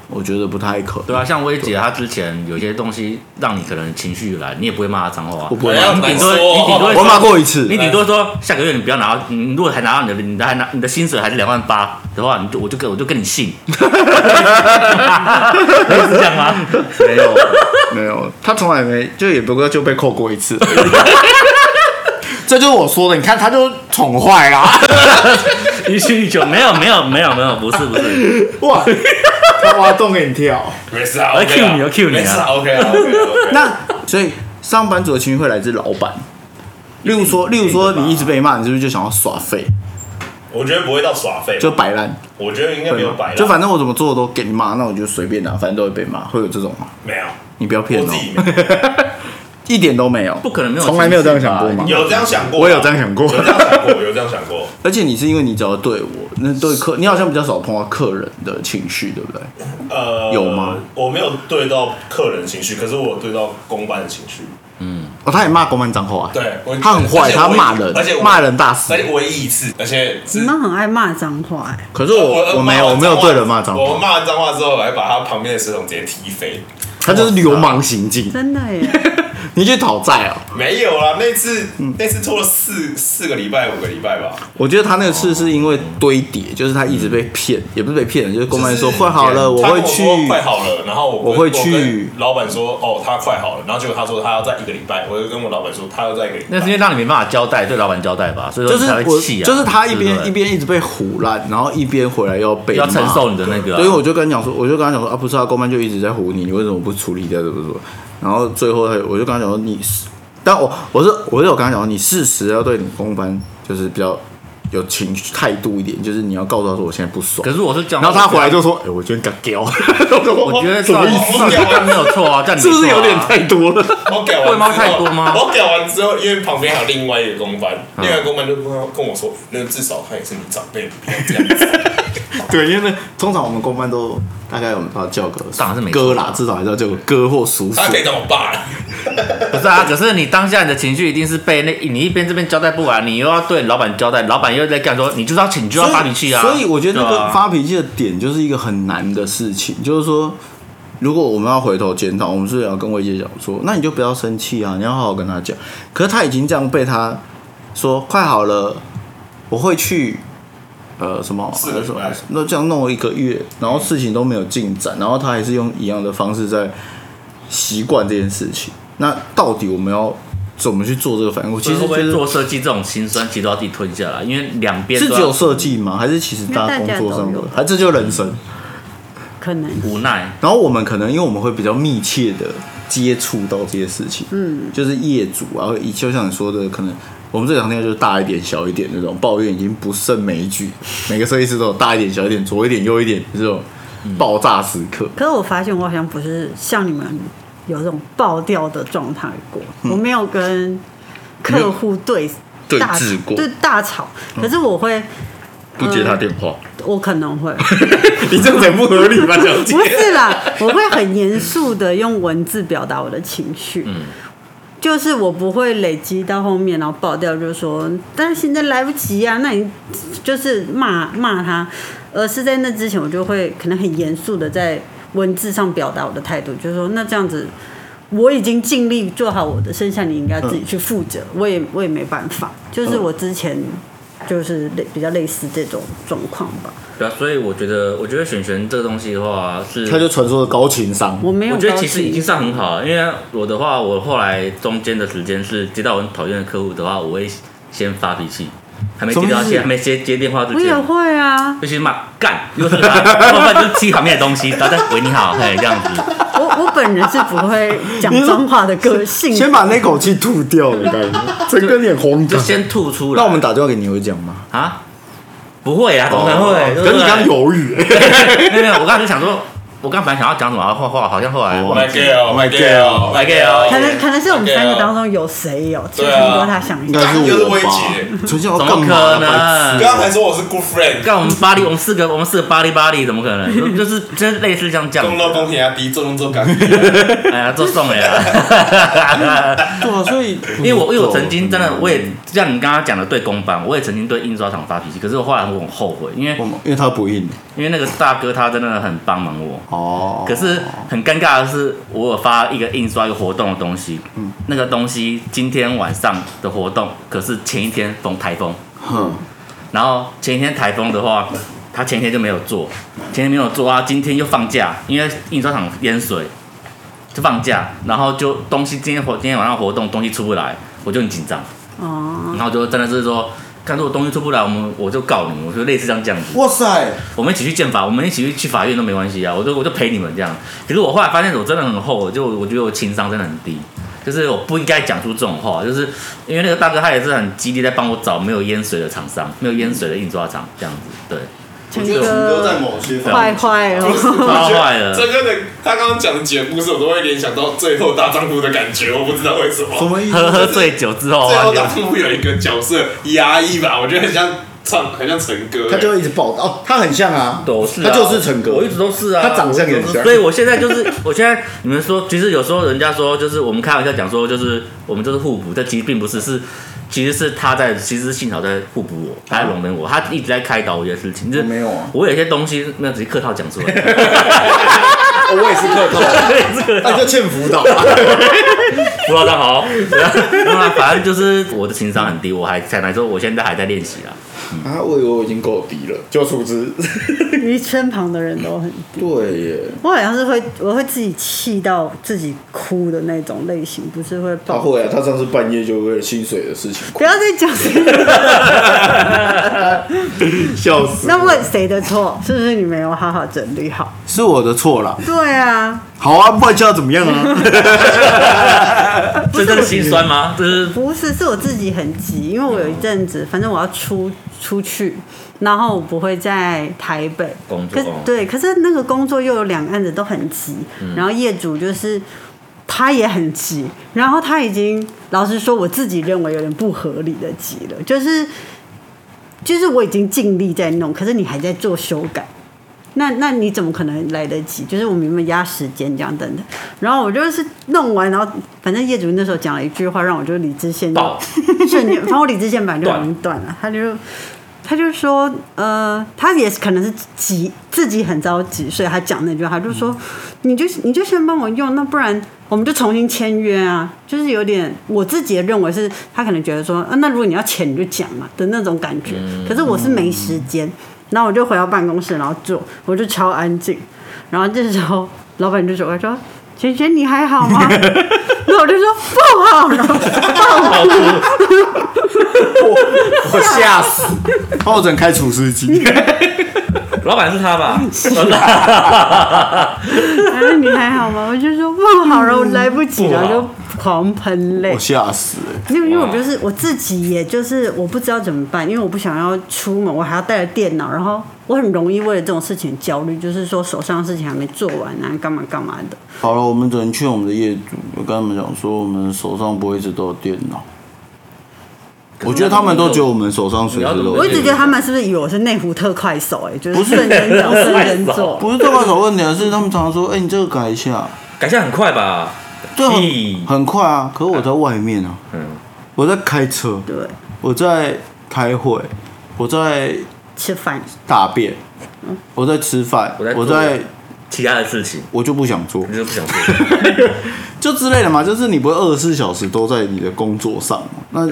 [SPEAKER 5] 我觉得不太可能。
[SPEAKER 2] 对啊，像薇姐她之前有些东西让你可能情绪来，你也不会骂她脏话
[SPEAKER 5] 我
[SPEAKER 2] 啊，
[SPEAKER 5] 不会
[SPEAKER 3] 哎呀
[SPEAKER 5] 骂，
[SPEAKER 2] 你顶多
[SPEAKER 3] 难说
[SPEAKER 2] 你顶多
[SPEAKER 5] 我骂过一次
[SPEAKER 2] 你，顶多说下个月你不要拿到，你如果还拿到你的，你还拿你的薪水还是两万八的话，你就我就跟我就跟你 姓，是这样吗？
[SPEAKER 5] 没有没有，他从来没就也不过就被扣过一次。 这就是我说的，你看他就宠坏啦，
[SPEAKER 2] 予取予求，没有没有没有没有，不是不是，
[SPEAKER 5] 哇，他挖洞给你跳。
[SPEAKER 3] 没事啊
[SPEAKER 2] 我要
[SPEAKER 3] ，OK 啊
[SPEAKER 2] cue 你我要 cue 你啊
[SPEAKER 3] 没事啊，OK 啊，OK。
[SPEAKER 5] 那所以上班族的情绪会来自老板，例如说，例如说你一直嗯被骂，你是不是就想要耍废，
[SPEAKER 3] 我觉得不会到耍废，
[SPEAKER 5] 就摆烂？
[SPEAKER 3] 我觉得应该没有摆烂，
[SPEAKER 5] 就反正我怎么做都给你骂，那我就随便拿，啊反正都会被骂，会有这种吗？
[SPEAKER 3] 没有，
[SPEAKER 5] 你不要骗
[SPEAKER 3] 我
[SPEAKER 5] 哦
[SPEAKER 3] 自，己没
[SPEAKER 5] 一点都没有，
[SPEAKER 2] 不可能没有
[SPEAKER 5] 从来没有这样想过吗
[SPEAKER 2] 情？
[SPEAKER 3] 有有这样想过，
[SPEAKER 5] 我有这样想过
[SPEAKER 3] 有这样想过，有这样想过。
[SPEAKER 5] 而且你是因为你只要对我，那对客，你好像比较少碰到客人的情绪，对不对？
[SPEAKER 3] 呃，
[SPEAKER 5] 有吗？
[SPEAKER 3] 我没有对到客人情绪，可是我有对到公班的情绪。
[SPEAKER 5] 哦，他也骂公安脏话，
[SPEAKER 3] 对，我
[SPEAKER 5] 他很坏，
[SPEAKER 3] 而且
[SPEAKER 5] 他
[SPEAKER 3] 我
[SPEAKER 5] 骂人
[SPEAKER 3] 而且，我
[SPEAKER 5] 骂，人大师
[SPEAKER 3] 而。且唯一一次，而且
[SPEAKER 1] 你
[SPEAKER 3] 是
[SPEAKER 1] 们很爱骂脏话哎、
[SPEAKER 5] 可是
[SPEAKER 3] 呃
[SPEAKER 5] 我我没有我没有对人骂脏
[SPEAKER 3] 我
[SPEAKER 5] 话，
[SPEAKER 3] 骂完脏话之后，我还把他旁边的水桶直接踢飞。
[SPEAKER 5] 他就是流氓行径，
[SPEAKER 1] 真的耶、
[SPEAKER 5] 你去讨债哦。
[SPEAKER 3] 没有啦，那次
[SPEAKER 5] 嗯
[SPEAKER 3] 那次拖了四四个礼拜、五个礼拜吧。
[SPEAKER 5] 我觉得他那个事是因为堆叠，就是他一直被骗，也不是被骗，就是公安说
[SPEAKER 3] 就是
[SPEAKER 5] 快好了，我
[SPEAKER 3] 他跟
[SPEAKER 5] 会
[SPEAKER 3] 我
[SPEAKER 5] 去
[SPEAKER 3] 说，快好了，然后我
[SPEAKER 5] 我
[SPEAKER 3] 跟
[SPEAKER 5] 会去
[SPEAKER 3] 我跟老板说，哦，他快好了，然后结果他说他要在一个礼拜，我就跟我老板说他要在一个礼
[SPEAKER 2] 那是因为
[SPEAKER 3] 拜。
[SPEAKER 2] 让你没办法交代，对老板交代吧，所以说
[SPEAKER 5] 就
[SPEAKER 2] 你
[SPEAKER 5] 是
[SPEAKER 2] 才会
[SPEAKER 5] 我
[SPEAKER 2] 气啊，
[SPEAKER 5] 就是他一
[SPEAKER 2] 对不
[SPEAKER 5] 边
[SPEAKER 2] 对
[SPEAKER 5] 一边一直被唬烂，然后一边回来要被
[SPEAKER 2] 要
[SPEAKER 5] 骂
[SPEAKER 2] 承受你的那个啊，
[SPEAKER 5] 所以我就跟他讲说，我就跟他讲说啊，不是啊，公安就一直在唬你，你为什么不处理掉？怎么说？然后最后他我就跟他讲说，你是，但我我是我是有跟他讲说，你适时要对你公班就是比较有情绪态度一点，就是你要告诉他说我现在不爽
[SPEAKER 2] 可。是我是讲，
[SPEAKER 5] 然后他回来就说，哎、我觉得你敢屌，我
[SPEAKER 2] 我觉得
[SPEAKER 5] 什么意
[SPEAKER 2] 照
[SPEAKER 5] 思？
[SPEAKER 2] 你这样没有错啊，这样你
[SPEAKER 5] 是不是有点
[SPEAKER 2] 错啊
[SPEAKER 5] 太多 了？
[SPEAKER 3] 我改完
[SPEAKER 2] 对吗
[SPEAKER 3] 之后
[SPEAKER 2] 太多吗
[SPEAKER 3] 我改完之后，因为旁边还有另外一个公班，
[SPEAKER 5] 嗯
[SPEAKER 3] 另外一个公班就跟我跟我说，那至少他也是你长辈，不要这样子。
[SPEAKER 5] 对，因为呢通常我们公班都大概我们都要叫个
[SPEAKER 2] 当然是没错
[SPEAKER 5] 哥啦，至少还是要叫个哥或叔叔
[SPEAKER 3] 他。可以当我爸了。
[SPEAKER 2] 不是啊，可是你当下你的情绪一定是被那，你一边这边交代不完，你又要对老板交代，老板又在干说，你就是要请，你就要发脾气啊。
[SPEAKER 5] 所以所以我觉得那
[SPEAKER 2] 对
[SPEAKER 5] 个
[SPEAKER 2] 啊
[SPEAKER 5] 发脾气的点就是一个很难的事情，就是说，如果我们要回头检讨，我们是不是要跟薇姐讲说，那你就不要生气啊，你要好好跟他讲。可是他已经这样被他说快好了，我会去。呃，什么？
[SPEAKER 3] 四个礼
[SPEAKER 5] 什么
[SPEAKER 3] 拜？
[SPEAKER 5] 那这样弄了一个月，然后事情都没有进展，然后他还是用一样的方式在习惯这件事情。那到底我们要怎么去做这个反应？我其
[SPEAKER 2] 其
[SPEAKER 5] 实
[SPEAKER 2] 实
[SPEAKER 5] 觉得
[SPEAKER 2] 做设计这种辛酸，其实都要自己吞下来，因为两边
[SPEAKER 5] 是
[SPEAKER 2] 都
[SPEAKER 5] 只
[SPEAKER 2] 要
[SPEAKER 5] 有设计吗？还是其实大家工作上的？还是这就是人生？
[SPEAKER 1] 可能
[SPEAKER 2] 无奈。
[SPEAKER 5] 然后我们可能因为我们会比较密切的接触到这些事情，嗯，就是业主啊，会就像你说的，可能我们最常听的就是大一点、小一点那种抱怨，已经不胜枚举。每个设计师都有大一点、小一点、左一点、右一点这种爆炸时刻。
[SPEAKER 1] 可是我发现我好像不是像你们有这种爆掉的状态过，我没有跟客户对
[SPEAKER 5] 嗯对
[SPEAKER 1] 大
[SPEAKER 5] 峙过嗯
[SPEAKER 1] 对大吵。可是我会，
[SPEAKER 5] 不接他电话，
[SPEAKER 1] 我可能会，
[SPEAKER 5] 你这样子很不合理 吧，小
[SPEAKER 2] 嗯
[SPEAKER 5] 姐？
[SPEAKER 1] 不是啦，我会很严肃的用文字表达我的情绪。就是我不会累积到后面，然后爆掉，就是说，但是现在来不及啊，那你就是骂骂他，而是在那之前，我就会可能很严肃的在文字上表达我的态度，就是说，那这样子我已经尽力做好我的，剩下你应该自己去负责，
[SPEAKER 2] 嗯
[SPEAKER 1] 我也我也没办法，就是我之前就是类比较类似这种状况吧，
[SPEAKER 2] 对啊，所以我觉得，我觉得选选这个东西的话是，
[SPEAKER 5] 他就传说的高情商，
[SPEAKER 1] 我没有
[SPEAKER 2] 我
[SPEAKER 1] 高
[SPEAKER 2] 觉
[SPEAKER 1] 兴，
[SPEAKER 2] 得其实已经算很好了，因为我的话，我后来中间的时间是接到我很讨厌的客户的话，我会先发脾气，还没接
[SPEAKER 5] 什
[SPEAKER 2] 到
[SPEAKER 5] 么意思
[SPEAKER 2] 线，还没接接电话之
[SPEAKER 1] 我也
[SPEAKER 2] 前。
[SPEAKER 1] 会啊，
[SPEAKER 2] 就先骂 干，又是他，要不然就是踢旁边的东西，然后再喂你好，嘿，这样子。
[SPEAKER 1] 我我本人是不会讲
[SPEAKER 5] 你说
[SPEAKER 1] 脏话的个性，
[SPEAKER 5] 先把那口气吐掉的感觉，整个脸红
[SPEAKER 2] 就
[SPEAKER 5] 的。
[SPEAKER 2] 先吐出来。
[SPEAKER 5] 那我们打电话给你会讲吗？
[SPEAKER 2] 啊，不会啊，怎么可能会？对不
[SPEAKER 5] 可哦是你
[SPEAKER 2] 对
[SPEAKER 5] 刚犹豫，
[SPEAKER 2] 没有没有，我刚才就想说，我刚才本来想要讲什么，然后话话好像后来
[SPEAKER 5] 哦
[SPEAKER 2] 我
[SPEAKER 3] 买
[SPEAKER 2] 们
[SPEAKER 3] gay 哦，买 gay 哦，
[SPEAKER 2] 买 gay 哦
[SPEAKER 1] 可能可能是我们三个当中有谁有，其实
[SPEAKER 3] 对啊
[SPEAKER 1] 都他想一
[SPEAKER 5] 应
[SPEAKER 1] 下
[SPEAKER 5] 该是
[SPEAKER 3] 就是
[SPEAKER 5] 我
[SPEAKER 3] 危
[SPEAKER 5] 吧？
[SPEAKER 3] 机
[SPEAKER 5] 陈孝
[SPEAKER 2] 怎
[SPEAKER 5] 干
[SPEAKER 2] 么
[SPEAKER 5] 嘛
[SPEAKER 2] 可
[SPEAKER 5] 白
[SPEAKER 2] 能
[SPEAKER 5] 痴？
[SPEAKER 3] 刚才说我是 good friend，
[SPEAKER 2] 干我们巴黎，我们四个，我们四个巴黎巴黎，怎么可 能？就就是就是类似像这
[SPEAKER 5] 嗯
[SPEAKER 2] 样
[SPEAKER 3] 公道公平啊，敌重重感。
[SPEAKER 2] 哎呀，做送了 呀。
[SPEAKER 5] 对啊，所以
[SPEAKER 2] 因为 我因为我曾经真的，我也像你刚刚讲的对公版，我也曾经对印刷厂发脾气，可是我后来我很后悔，因为
[SPEAKER 5] 我因为他不硬
[SPEAKER 2] 因为那个大哥他真的很帮忙我。
[SPEAKER 5] 哦，
[SPEAKER 2] 可是很尴尬的是，我有发一个印刷一个活动的东西，那个东西今天晚上的活动，可是前一天逢台风，
[SPEAKER 5] 哼，
[SPEAKER 2] 然后前一天台风的话，他前一天就没有做，前一天没有做啊，今天又放假，因为印刷厂淹水，就放假，然后就东西今天活今天晚上活动东西出不来，我就很紧张，
[SPEAKER 1] 哦，
[SPEAKER 2] 然后就真的是说，看如果东西出不来，我们我就告你，我就类似像这样子。
[SPEAKER 5] 哇塞，
[SPEAKER 2] 我们一起去见法，我们一起去去法院都没关系啊，我就我就陪你们这样。可是我后来发现我真的很厚，就我觉得我情商真的很低，就是我不应该讲出这种话，就是因为那个大哥他也是很极力在帮我找没有淹水的厂商，没有淹水的印刷厂这样子， 对，
[SPEAKER 1] 陈
[SPEAKER 5] 我觉得我们都在
[SPEAKER 1] 哥
[SPEAKER 5] 某些方
[SPEAKER 1] 坏坏
[SPEAKER 5] 面
[SPEAKER 1] 哦，
[SPEAKER 2] 超坏了
[SPEAKER 3] 这。个的他刚刚讲的几个故事，我都会联想到最后大丈夫的感觉，我不知道为什么。
[SPEAKER 5] 呃什么意
[SPEAKER 2] 喝
[SPEAKER 5] 思？
[SPEAKER 2] 喝醉酒之后
[SPEAKER 3] 最
[SPEAKER 2] 啊
[SPEAKER 3] 后，大丈夫有一个角色压抑吧，我觉得很像唱，很像陈哥、
[SPEAKER 5] 他就会一直报道，哦他很像啊，
[SPEAKER 2] 都是、啊、
[SPEAKER 5] 他就是陈哥
[SPEAKER 2] 我一直都是啊，
[SPEAKER 5] 他长相也像
[SPEAKER 2] 所以我现在就是， 我现在你们说，其实有时候人家说，就是我们开玩笑讲说，就是我们就是互补，但其实并不是，是其实是他在，其实是幸好在互补我，他在容忍我，他一直在开导我一些事情，就是
[SPEAKER 5] 啊我没有啊
[SPEAKER 2] 我有些东西没有直接客套讲出来，
[SPEAKER 5] 哦我也是客 套，那就欠辅导。啊
[SPEAKER 2] 不知道他好， 那反正就是我的情商很低，我还坦白说，我现在还在练习啊，
[SPEAKER 5] 啊，我以为我已经够低了，就处置。
[SPEAKER 1] 你身旁的人都很，
[SPEAKER 5] 对耶，
[SPEAKER 1] 我好像是会我会自己气到自己哭的那种类型，不是会
[SPEAKER 5] 他
[SPEAKER 1] 爆。
[SPEAKER 5] 会啊，他上次半夜就为了薪水的事情哭
[SPEAKER 1] 不要再讲谁的，
[SPEAKER 5] 笑死，
[SPEAKER 1] 那问谁的错？是不是你没有好好整理好？
[SPEAKER 5] 是我的错啦。
[SPEAKER 1] 对啊，
[SPEAKER 5] 好啊，不然就要怎么样啊？
[SPEAKER 2] 这真的心酸吗？这是
[SPEAKER 1] 不是，是我自己很急，因为我有一阵
[SPEAKER 2] 嗯
[SPEAKER 1] 子，反正我要出出去，然后我不会在台北
[SPEAKER 2] 工作
[SPEAKER 1] 可
[SPEAKER 2] 哦
[SPEAKER 1] 对，可是那个工作又有两案子都很急，
[SPEAKER 2] 嗯
[SPEAKER 1] 然后业主就是他也很急，然后他已经老实说，我自己认为有点不合理的急了，就是就是我已经尽力在弄，可是你还在做修改。那那你怎么可能来得及？就是我明明压时间这样等等，然后我就是弄完，然后反正业主那时候讲了一句话，让我就理智线就
[SPEAKER 2] 爆
[SPEAKER 1] 瞬间，反正我理智线本来就已经断了，他就他就说，呃，他也可能是急，自己很着急，所以他讲那句话，他就说，你就你就先帮我用，那不然我们就重新签约啊，就是有点我自己认为是他可能觉得说，啊，那如果你要钱你就讲嘛的那种感觉，可是我是没时间，然后我就回到办公室，然后做，我就超安静，然后这时候老板就走过来说。璇璇，你还好吗？ 然后我就说不好，然后
[SPEAKER 2] 爆哭，
[SPEAKER 5] 我吓死，抱枕开除司机，
[SPEAKER 2] 老板是他吧？
[SPEAKER 1] 反正哎你还好吗？我就说不好了，我来不及了，
[SPEAKER 2] 不好
[SPEAKER 1] 就狂喷泪
[SPEAKER 5] 我。吓死欸，
[SPEAKER 1] 因为因为我就是我自己，也就是我不知道怎么办，因为我不想要出门，我还要带着电脑，然后我很容易为了这种事情焦虑，就是说手上的事情还没做完啊，干嘛干嘛的。
[SPEAKER 5] 好了，我们只能劝我们的业主，我跟他们讲说，我们手上不会一直都有电脑。我觉得他们都觉得我们手上随时都有
[SPEAKER 1] 我一
[SPEAKER 5] 电
[SPEAKER 1] 直
[SPEAKER 5] 脑。
[SPEAKER 1] 觉得他们是不是以为我是内湖特快手、哎，就
[SPEAKER 5] 不
[SPEAKER 1] 是
[SPEAKER 5] 是
[SPEAKER 1] 瞬间讲瞬间
[SPEAKER 2] 快手
[SPEAKER 1] 做。
[SPEAKER 5] 啊不是这块手问题，而是他们常常说：“哎、你这个改一下。
[SPEAKER 2] 改善很快吧？
[SPEAKER 5] 最后
[SPEAKER 2] 屁
[SPEAKER 5] 很快啊，可我在外面啊，
[SPEAKER 2] 嗯，
[SPEAKER 5] 我在开车，
[SPEAKER 1] 对，
[SPEAKER 5] 我在开会，我在
[SPEAKER 1] 吃饭
[SPEAKER 5] 大便，我在吃饭
[SPEAKER 2] 我在，做
[SPEAKER 5] 我在
[SPEAKER 2] 其他的事情
[SPEAKER 5] 我就不想做
[SPEAKER 2] 你，就不想做，
[SPEAKER 5] 就之类的嘛，就是你不会二十四小时都在你的工作上嘛，那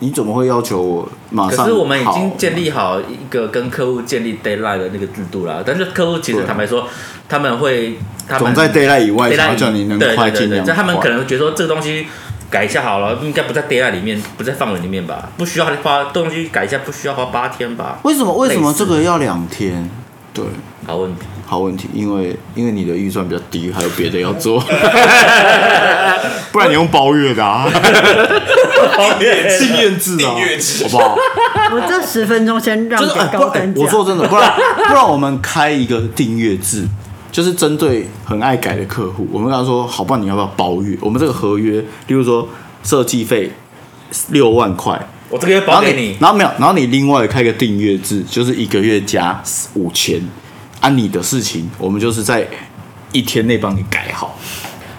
[SPEAKER 5] 你怎么会要求我马
[SPEAKER 2] 可
[SPEAKER 5] 上？
[SPEAKER 2] 是我们已经建。立好一个跟客户建立 d a y l i g h t 的那个制度啦，但是客户其实
[SPEAKER 5] 对
[SPEAKER 2] 坦白说，他们会他
[SPEAKER 5] 总
[SPEAKER 2] 们
[SPEAKER 5] 在 d a y l i g h t 以外，
[SPEAKER 2] d a y l i
[SPEAKER 5] 想要
[SPEAKER 2] g
[SPEAKER 5] 叫
[SPEAKER 2] h
[SPEAKER 5] 你
[SPEAKER 2] t
[SPEAKER 5] 能
[SPEAKER 2] 对
[SPEAKER 5] 快
[SPEAKER 2] 对
[SPEAKER 5] 尽
[SPEAKER 2] 对，
[SPEAKER 5] 量
[SPEAKER 2] 就他们
[SPEAKER 5] 快
[SPEAKER 2] 可能觉得说这个东西改一下好了，应该不在 d a y l i g h t 里面，不在范围里面吧，不需要花这东西改一下，不需要花八天吧？
[SPEAKER 5] 为什么为什么
[SPEAKER 2] 类似
[SPEAKER 5] 这个要两天？对，
[SPEAKER 2] 好问题，
[SPEAKER 5] 好问题，因为因为你的预算比较低，还有别的要 做，不然你用包月的啊， 经验制啊
[SPEAKER 3] 订阅，制
[SPEAKER 5] 好不好？
[SPEAKER 1] 我这十分钟先让
[SPEAKER 5] 就是哎
[SPEAKER 1] 给，
[SPEAKER 5] 不
[SPEAKER 1] 高
[SPEAKER 5] 然
[SPEAKER 1] 登
[SPEAKER 5] 我说
[SPEAKER 1] 讲。
[SPEAKER 5] 真的，不然不然我们开一个订阅制，就是针对很爱改的客户，我们跟他说，好吧，你要不要包月？我们这个合约，例如说设计费六万块，
[SPEAKER 2] 我这个月
[SPEAKER 5] 然
[SPEAKER 2] 包
[SPEAKER 5] 后
[SPEAKER 2] 给你，
[SPEAKER 5] 然后没有，然后你另外开个订阅制，就是一个月加五千，按你的事情，我们就是在一天内帮你改好，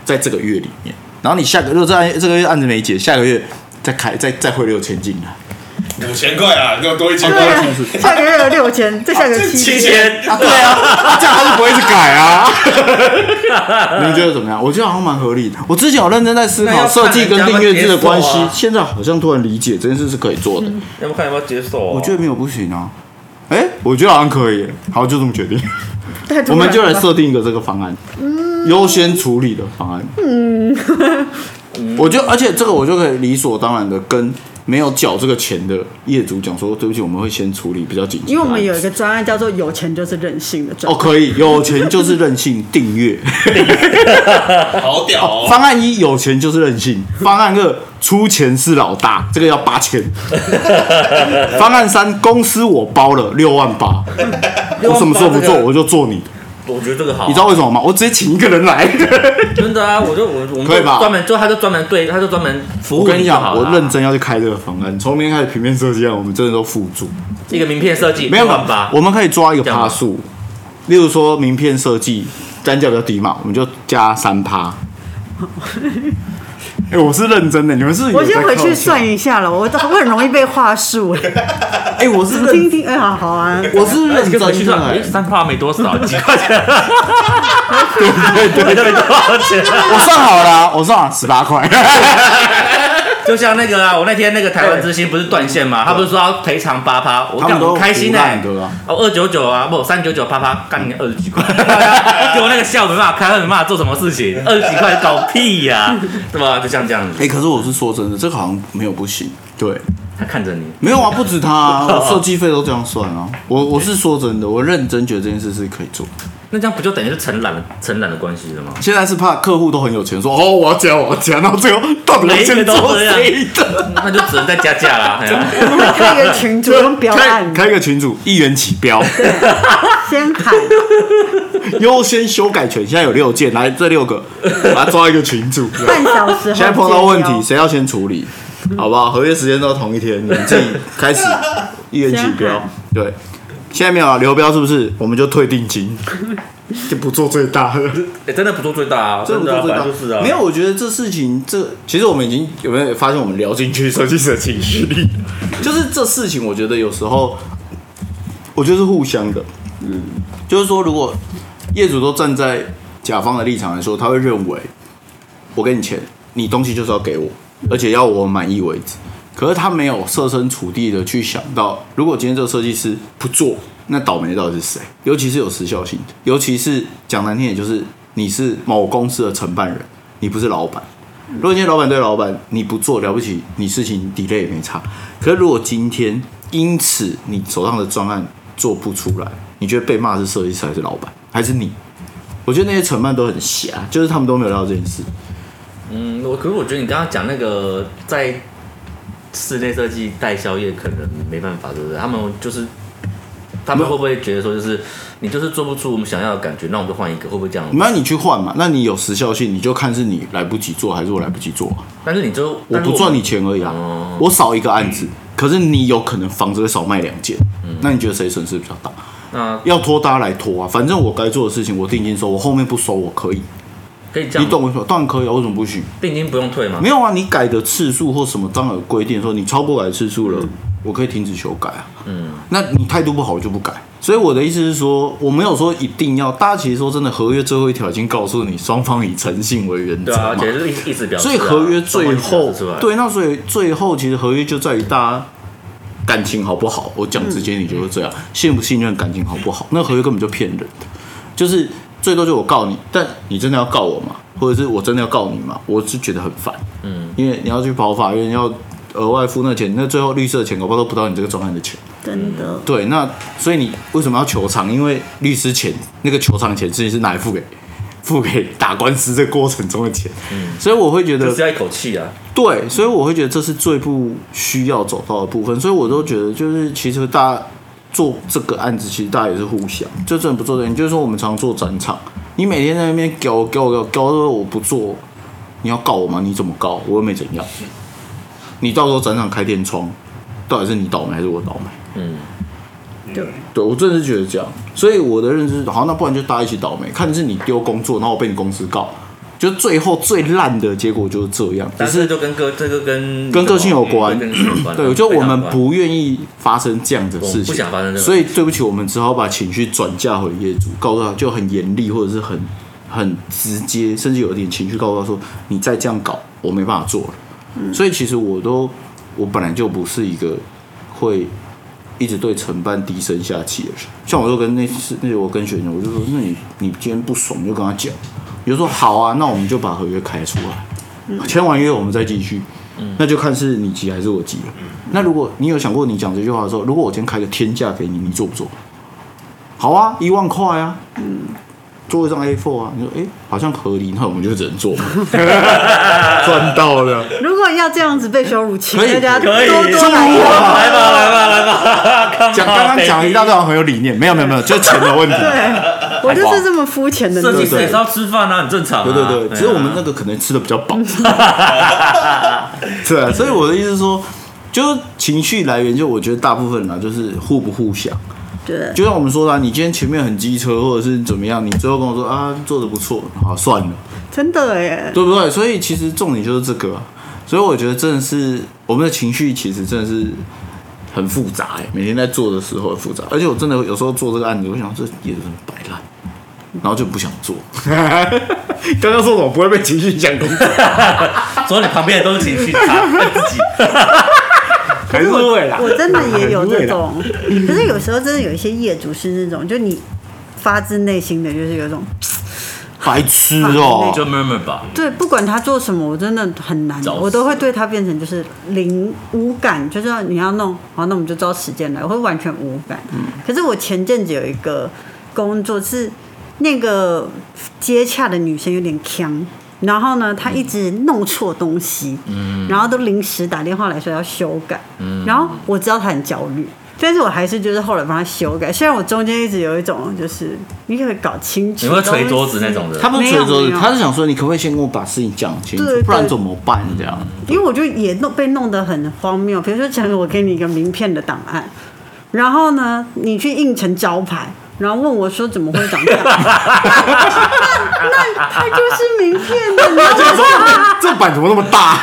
[SPEAKER 5] 在这个月里面，然后你下个如果这案这个月案子没解，下个月再开再再汇六千进来，
[SPEAKER 3] 五千块啊，给我多一千
[SPEAKER 5] 哦
[SPEAKER 1] 对
[SPEAKER 5] 多一
[SPEAKER 3] 块
[SPEAKER 1] 啊，
[SPEAKER 5] 千。
[SPEAKER 1] 下个月有六千，再下个月七
[SPEAKER 3] 七
[SPEAKER 1] 千，
[SPEAKER 3] 千，
[SPEAKER 5] 啊，对啊，这样他就不会一直改啊。你们觉得怎么样？我觉得好像蛮合理的。我之前有认真在思
[SPEAKER 2] 那
[SPEAKER 5] 考
[SPEAKER 2] 要
[SPEAKER 5] 设
[SPEAKER 2] 看
[SPEAKER 5] 计
[SPEAKER 2] 人
[SPEAKER 5] 跟
[SPEAKER 2] 家
[SPEAKER 5] 订阅制的关
[SPEAKER 2] 要不
[SPEAKER 5] 系
[SPEAKER 2] 要接受，啊
[SPEAKER 5] 现在好像突然理解这件事是可以做
[SPEAKER 1] 嗯
[SPEAKER 5] 的。
[SPEAKER 2] 要不看有没有接受哦？
[SPEAKER 5] 我觉得没有不行啊。哎、我觉得好像可以耶。好，就这么决定，
[SPEAKER 1] 啊太突
[SPEAKER 5] 我
[SPEAKER 1] 然
[SPEAKER 5] 们就来
[SPEAKER 1] 了
[SPEAKER 5] 设定一个这个方案，
[SPEAKER 1] 嗯
[SPEAKER 5] 优先处理的方案。嗯， 我就而且这个我就可以理所当然的跟没有缴这个钱的业主讲说，对不起，我们会先处理比较紧急的案子。
[SPEAKER 1] 因为我们有一个专案叫做“有钱就是任性”的专
[SPEAKER 5] 哦，
[SPEAKER 1] 案，
[SPEAKER 5] 可以，有钱就是任性，订阅。
[SPEAKER 3] 好屌哦！
[SPEAKER 5] 方案一有钱就是任性，方案二出钱是老大，这个要 八千。方案三公司我包了六万八，我什么时候不
[SPEAKER 2] 这
[SPEAKER 5] 做
[SPEAKER 2] 个
[SPEAKER 5] 我就做你的，
[SPEAKER 2] 我觉得这个好，
[SPEAKER 5] 你知道为什么吗？我直接请一个人来。
[SPEAKER 2] 真的啊，我就我我们
[SPEAKER 5] 可以
[SPEAKER 2] 就
[SPEAKER 5] 吧
[SPEAKER 2] 专门就他就专门对他就专门服
[SPEAKER 5] 我
[SPEAKER 2] 务
[SPEAKER 5] 跟你
[SPEAKER 2] 就好
[SPEAKER 5] 讲，
[SPEAKER 2] 了
[SPEAKER 5] 我
[SPEAKER 2] 啊
[SPEAKER 5] 认真要去开这个方案，从明天开始平面设计啊案，我们真的都辅助。
[SPEAKER 2] 一个名片设计
[SPEAKER 5] 没有
[SPEAKER 2] 一万八，
[SPEAKER 5] 我们可以抓一个
[SPEAKER 2] 这样吗
[SPEAKER 5] 趴数，例如说名片设计单价比较低嘛，我们就加三 趴。哎、我是认真的，你们是有
[SPEAKER 1] 我先
[SPEAKER 5] 在
[SPEAKER 1] 回
[SPEAKER 5] 靠
[SPEAKER 1] 去
[SPEAKER 5] 近
[SPEAKER 1] 算一下了，我我很容易被话术哎，
[SPEAKER 5] 哎、我是
[SPEAKER 1] 听一
[SPEAKER 5] 认，
[SPEAKER 1] 听， 哎，好好啊，
[SPEAKER 5] 我是认
[SPEAKER 2] 而且
[SPEAKER 5] 真的、
[SPEAKER 2] 回去算，哎，三趴没多少，几块 钱，对对对，没多少钱。
[SPEAKER 5] 我算好了啊、我算好十八 块。
[SPEAKER 2] 就像那个啊，我那天那个台湾之星不是断线嘛，他不是说要赔偿八趴，我
[SPEAKER 5] 他们
[SPEAKER 2] 干我
[SPEAKER 5] 都
[SPEAKER 2] 开心哎
[SPEAKER 5] 胡乱的啊，
[SPEAKER 2] 哦二九九啊，不三九九啪啪，干你二十几 块，结果那个下午没办法开，没办法做什么事情，二十几块搞屁呀，对吧？就像这样子，
[SPEAKER 5] 哎、可是我是说真的，这个好像没有不行。对，
[SPEAKER 2] 他看着你，
[SPEAKER 5] 没有啊，不止他、啊， 我设计费都这样算啊。我我是说真的，我认真觉得这件事是可以做。
[SPEAKER 2] 那这样不就等于是承揽了承揽的关系了吗？
[SPEAKER 5] 现在是怕客户都很有钱，说哦我要加我要加，到最后到底我
[SPEAKER 2] 每一个
[SPEAKER 5] 先
[SPEAKER 2] 都
[SPEAKER 5] 做
[SPEAKER 2] 这样
[SPEAKER 5] 谁的？
[SPEAKER 2] 那就只能再加价啦。哎呀
[SPEAKER 1] 我们开一个群主用标
[SPEAKER 5] 开
[SPEAKER 1] 案
[SPEAKER 5] 开个群组，一元起 标，
[SPEAKER 1] 先喊，
[SPEAKER 5] 优先修改权。现在有六件，来这六个，把它抓一个群 组。
[SPEAKER 1] 半小时后
[SPEAKER 5] 现在碰到问
[SPEAKER 1] 接
[SPEAKER 5] 题，
[SPEAKER 1] 标
[SPEAKER 5] 谁要先处理？好不好？合约时间都同一天，你们自己开始一人起标。对，现在没有啊，流标是不是？我们就退定金，就不做最大的，
[SPEAKER 2] 欸真的不做最大啊，
[SPEAKER 5] 这
[SPEAKER 2] 真
[SPEAKER 5] 不
[SPEAKER 2] 的
[SPEAKER 5] 做
[SPEAKER 2] 啊
[SPEAKER 5] 最
[SPEAKER 2] 本
[SPEAKER 5] 大
[SPEAKER 2] 来就是啊，
[SPEAKER 5] 没有，我觉得这事情，这其实我们已经有没有发现，我们聊进去设计师的情绪力，就是这事情，我觉得有时候，我觉得是互相的。嗯，就是说，如果业主都站在甲方的立场来说，他会认为我给你钱，你东西就是要给我，而且要我满意为止。可是他没有设身处地的去想到，如果今天这个设计师不做，那倒霉到底是谁？尤其是有时效性的，尤其是讲难听，也就是你是某公司的承办人，你不是老板。如果今天老板对老板你不做了不起，你事情 delay 也没差。可是如果今天因此你手上的专案做不出来，你觉得被骂是设计师还是老板还是你？我觉得那些承办都很瞎，就是他们都没有料到这件事。
[SPEAKER 2] 嗯，我可是我觉得你刚刚讲那个在室内设计代销业可能没办法，对不对？他们就是他们会不会觉得说，就是你就是做不出我们想要的感觉，那我们就换一个，会不会这样？
[SPEAKER 5] 那你去换嘛，那你有时效性，你就看是你来不及做还是我来不及做啊、
[SPEAKER 2] 但是你就
[SPEAKER 5] 我不赚你，钱而已啊，
[SPEAKER 2] 哦
[SPEAKER 5] 我少一个案子，可是你有可能房子会少卖两件，
[SPEAKER 2] 嗯
[SPEAKER 5] 那你觉得谁损失比较大？
[SPEAKER 2] 但是我那
[SPEAKER 5] 啊要拖大家来拖啊，反正我该做的事情我定金收，我后面不收我可以，
[SPEAKER 2] 可以这样
[SPEAKER 5] 你
[SPEAKER 2] 吗，
[SPEAKER 5] 懂我意思吧？当然可以啊，为什么不行？
[SPEAKER 2] 定金不用退吗
[SPEAKER 5] 没？有啊，你改的次数或什么，当然有规定说你超过改次数了，我可以停止修改啊。嗯，那你态度不好我就不改。所以我的意思是说，我没有说一定要。大家其实说真的，合约最后一条已经告诉你，双方以诚信为原则
[SPEAKER 2] 对啊，
[SPEAKER 5] 嘛
[SPEAKER 2] 而。且是一一直表示啊，
[SPEAKER 5] 所以合约最
[SPEAKER 2] 双方
[SPEAKER 5] 后
[SPEAKER 2] 一直表示出来，
[SPEAKER 5] 对，那所以最后其实合约就在于大家感情好不好。我讲直接你就是这样，
[SPEAKER 2] 嗯
[SPEAKER 5] 信不信任感情好不好？那合约根本就骗人的，就是最多就我告你，但你真的要告我吗？或者是我真的要告你吗？我是觉得很烦，嗯，因为你要去跑法院，要额外付那钱，那最后绿色的钱搞不好都不到你这个专案的钱。
[SPEAKER 1] 真的。
[SPEAKER 5] 对，那所以你为什么要求偿？因为律师钱那个求偿钱自己是拿来付给付给打官司这个过程中的钱，所以我会觉得
[SPEAKER 2] 嗯就是要一口气啊，
[SPEAKER 5] 对，所以我会觉得这是最不需要走到的部分，所以我都觉得就是其实大家做这个案子，其实大家也是互相，就真的不做的，你就是说我们常做展场，你每天在那边搞搞搞搞，说我不做，你要告我吗？你怎么告？我又没怎样，你到时候展场开天窗，到底是你倒霉还是我倒霉？
[SPEAKER 2] 嗯，
[SPEAKER 1] 对，
[SPEAKER 5] 对我真的是觉得这样，所以我的认知是，好，那不然就大家一起倒霉，看是你丢工作，然后我被你公司告，就最后最烂的结果就是这样，只
[SPEAKER 2] 但
[SPEAKER 5] 是
[SPEAKER 2] 是就跟个这个跟
[SPEAKER 5] 跟个性有关
[SPEAKER 2] 嗯跟个性有关啊，
[SPEAKER 5] 对，就我们
[SPEAKER 2] 非常有关
[SPEAKER 5] 不愿意发生这样的事情，
[SPEAKER 2] 我不想发生这种
[SPEAKER 5] 所以对不起，我们只好把情绪转嫁回业主，告诉他就很严厉或者是很很直接，甚至有一点情绪告诉他说，你再这样搞，我没办法做了。所以其实我都我本来就不是一个会一直对承办低声下气的人，像我就跟那次那次我跟学生，我就说，那你你今天不爽就跟他讲，你就说好啊，那我们就把合约开出来，签完约我们再继续。那就看是你急还是我急了。那如果你有想过你讲这句话的时候，如果我今天开个天价给你，你做不做？好啊，一万块啊，嗯，做一张 A4 啊，你说哎、诶好像合理，那我们就只能做嘛， 赚到了。
[SPEAKER 1] 如果要这样子被羞辱，请
[SPEAKER 5] 可以
[SPEAKER 1] 大家多
[SPEAKER 2] 可以
[SPEAKER 1] 多来
[SPEAKER 5] 中午啊
[SPEAKER 2] 来吧来吧来吧，Come on，
[SPEAKER 5] 讲刚刚讲了一大
[SPEAKER 2] baby
[SPEAKER 5] 段很有理念，没有没有没有，就是钱的问题。
[SPEAKER 1] 嗯对，我就是这么肤浅的
[SPEAKER 2] 设计
[SPEAKER 1] 女
[SPEAKER 2] 师
[SPEAKER 1] 生。
[SPEAKER 2] 也是要吃饭啊，很正常啊。
[SPEAKER 5] 对对对，只是我们那
[SPEAKER 2] 啊
[SPEAKER 5] 个可能吃的比较饱。对啊，所以我的意思是说，就是情绪来源，就我觉得大部分啦，就是互不互相。
[SPEAKER 1] 对，
[SPEAKER 5] 就像我们说的、啊，你今天前面很机车，或者是怎么样，你最后跟我说啊，做的不错，好算了，
[SPEAKER 1] 真的耶，
[SPEAKER 5] 对不对？所以其实重点就是这个啊、所以我觉得真的是我们的情绪，其实真的是很复杂哎、每天在做的时候很复杂，而且我真的有时候做这个案子，我想这也是很摆烂，然后就不想做。 刚刚说我不会被情绪影响工作，
[SPEAKER 2] 所以你旁边的都是情绪差，自己
[SPEAKER 5] 还是会啦
[SPEAKER 1] 我真的也有这种，
[SPEAKER 5] 啊
[SPEAKER 1] 可是有时候真的有一些业主是那种，就你发自内心的，就是有一种
[SPEAKER 5] 白痴哦、
[SPEAKER 2] 就 murmur 吧。
[SPEAKER 1] 对，不管他做什么，我真的很难，
[SPEAKER 2] 找死
[SPEAKER 1] 我都会对他变成就是零无感，就是要你要弄好，那我们就照时间来，我会完全无感。
[SPEAKER 2] 嗯
[SPEAKER 1] 可是我前阵子有一个工作是那个接洽的女生有点呛。然后呢，她一直弄错东西，
[SPEAKER 2] 嗯
[SPEAKER 1] 然后都临时打电话来说要修改，然后我知道她很焦虑，但是我还是就是后来帮她修改。虽然我中间一直有一种就是你可不可以搞清楚，
[SPEAKER 2] 你会捶桌子那种的，
[SPEAKER 5] 他不是捶桌
[SPEAKER 1] 没有
[SPEAKER 5] 子
[SPEAKER 1] 没，有
[SPEAKER 5] 他是想说你可不可以先跟我把事情讲清楚
[SPEAKER 1] 对，对
[SPEAKER 5] 不然怎么办？这样。
[SPEAKER 1] 因为我就也弄被弄得很荒谬。比如说，假如我给你一个名片的档案，然后呢，你去印成招牌，然后问我说怎么会长这样？那那它就是名啊片的，你要怎么
[SPEAKER 5] 这版怎么那么大？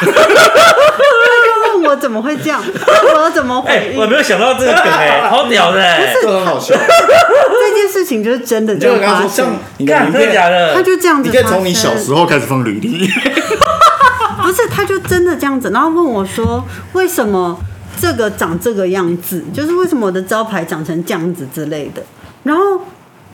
[SPEAKER 1] 问我怎么会这样？那我要怎么回
[SPEAKER 2] 哎，
[SPEAKER 1] 应？
[SPEAKER 2] 我没有想到这个梗哎，好屌的哎，
[SPEAKER 5] 这很好 笑。
[SPEAKER 1] 这件事情就是真的就发生，
[SPEAKER 5] 你
[SPEAKER 2] 干真的假的
[SPEAKER 1] 他？就这样子。
[SPEAKER 5] 你可以从你小时候开始放履历。
[SPEAKER 1] 不是，他就真的这样子，然后问我说为什么这个长这个样子，就是为什么我的招牌长成这样子之类的。然后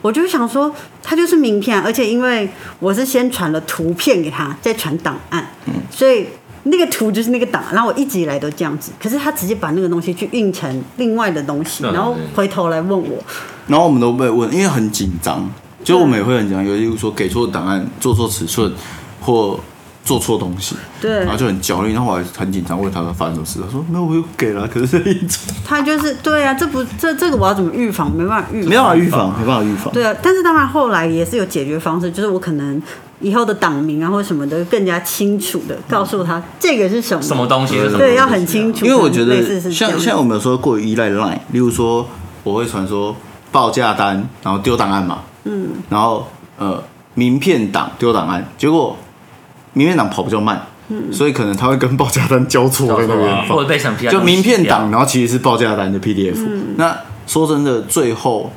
[SPEAKER 1] 我就想说，他就是名片啊，而且因为我是先传了图片给他，再传档案，所以。那个图就是那个档，案。然后我一直以来都这样子，可是他直接把那个东西去印成另外的东西，
[SPEAKER 2] 嗯
[SPEAKER 1] 然后回头来问我，
[SPEAKER 5] 然后我们都被问，因为很紧张，就我们也会很紧张，有例如说给错档案、做错尺寸或做错东西，
[SPEAKER 1] 对
[SPEAKER 5] 然后啊就很焦虑。然后我还很紧张，问他发生什么事，他说没有，我有给了，可是一直
[SPEAKER 1] 他就是对啊，这不这这个我要怎么预防？没办法预防，
[SPEAKER 5] 没办法预防，没办法预防。
[SPEAKER 1] 对啊，但是当然后来也是有解决方式，就是我可能以后的党名啊或什么的更加清楚的告诉他这个是什么，
[SPEAKER 2] 什么东西啊是什么？
[SPEAKER 1] 对，要很清楚。
[SPEAKER 5] 嗯因为我觉
[SPEAKER 1] 类似
[SPEAKER 5] 得
[SPEAKER 1] 是这样
[SPEAKER 5] 像像我们有时候过于依赖 Line，例如说我会传说报价单，然后丢档案嘛，嗯，然后呃名片档丢档案，结果名片档跑比较慢，
[SPEAKER 1] 嗯
[SPEAKER 5] 所以可能他会跟报价单交错在那边
[SPEAKER 2] 啊或者被什么其他
[SPEAKER 5] 就
[SPEAKER 2] 东西啊
[SPEAKER 5] 名片
[SPEAKER 2] 洗掉
[SPEAKER 5] 档，然后其实是报价单的 PDF。那
[SPEAKER 1] 嗯
[SPEAKER 5] 说真的，最后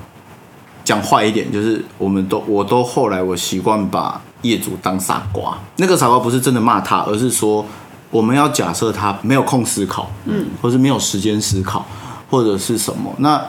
[SPEAKER 5] 讲坏一点，就是我们都我都后来我习惯把业主当傻瓜，那个傻瓜不是真的骂他，而是说我们要假设他没有空思考，嗯，或是没有时间思考，或者是什么那。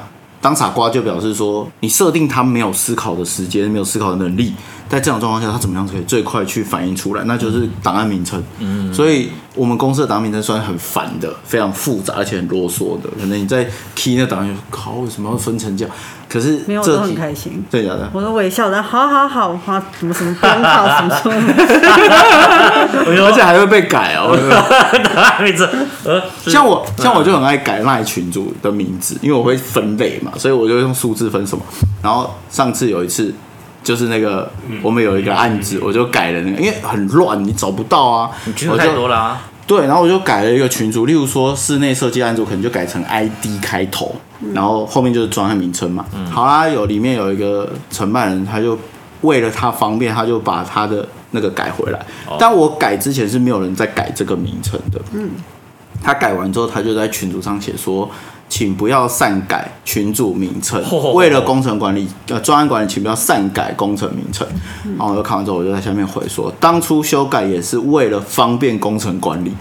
[SPEAKER 5] 当傻瓜就表示说，你设定他没有思考的时间，没有思考的能力，在这种状况下，他怎么样可以最快去反映出来？那就是档案名称。嗯，所以我们公司的档案名称算很烦的，非常复杂而且很啰嗦的。可能你在 key 那档案，靠，为什么要分成这样？可是
[SPEAKER 1] 没有，我
[SPEAKER 5] 这
[SPEAKER 1] 都很
[SPEAKER 5] 几
[SPEAKER 1] 开心。
[SPEAKER 5] 对啊假的？
[SPEAKER 1] 我都微笑的，好好好，好什么什么不用靠什 么什么，
[SPEAKER 5] 而且还会被改哦。
[SPEAKER 2] 没错，呃，是
[SPEAKER 5] 像我，像我就很爱改赖群主的名字，因为我会分类嘛，所以我就用数字分什么。然后上次有一次，就是那个
[SPEAKER 2] 嗯
[SPEAKER 5] 我们有一个案子，我就改了那个，因为很乱，你找不到啊。
[SPEAKER 2] 你群
[SPEAKER 5] 我
[SPEAKER 2] 主
[SPEAKER 5] 就
[SPEAKER 2] 太多了 啊，
[SPEAKER 5] 对，然后我就改了一个群组，例如说室内设计案组，可能就改成 ID 开头，然后后面就是专案名称嘛。好啦，有里面有一个承办人，他就为了他方便，他就把他的那个改回来。但我改之前是没有人在改这个名称的。嗯，他改完之后，他就在群组上写说。请不要擅改群组名称，为了工程管理呃专案管理，请不要擅改工程名称。然后我就看完之后，我就在下面回说，当初修改也是为了方便工程管理，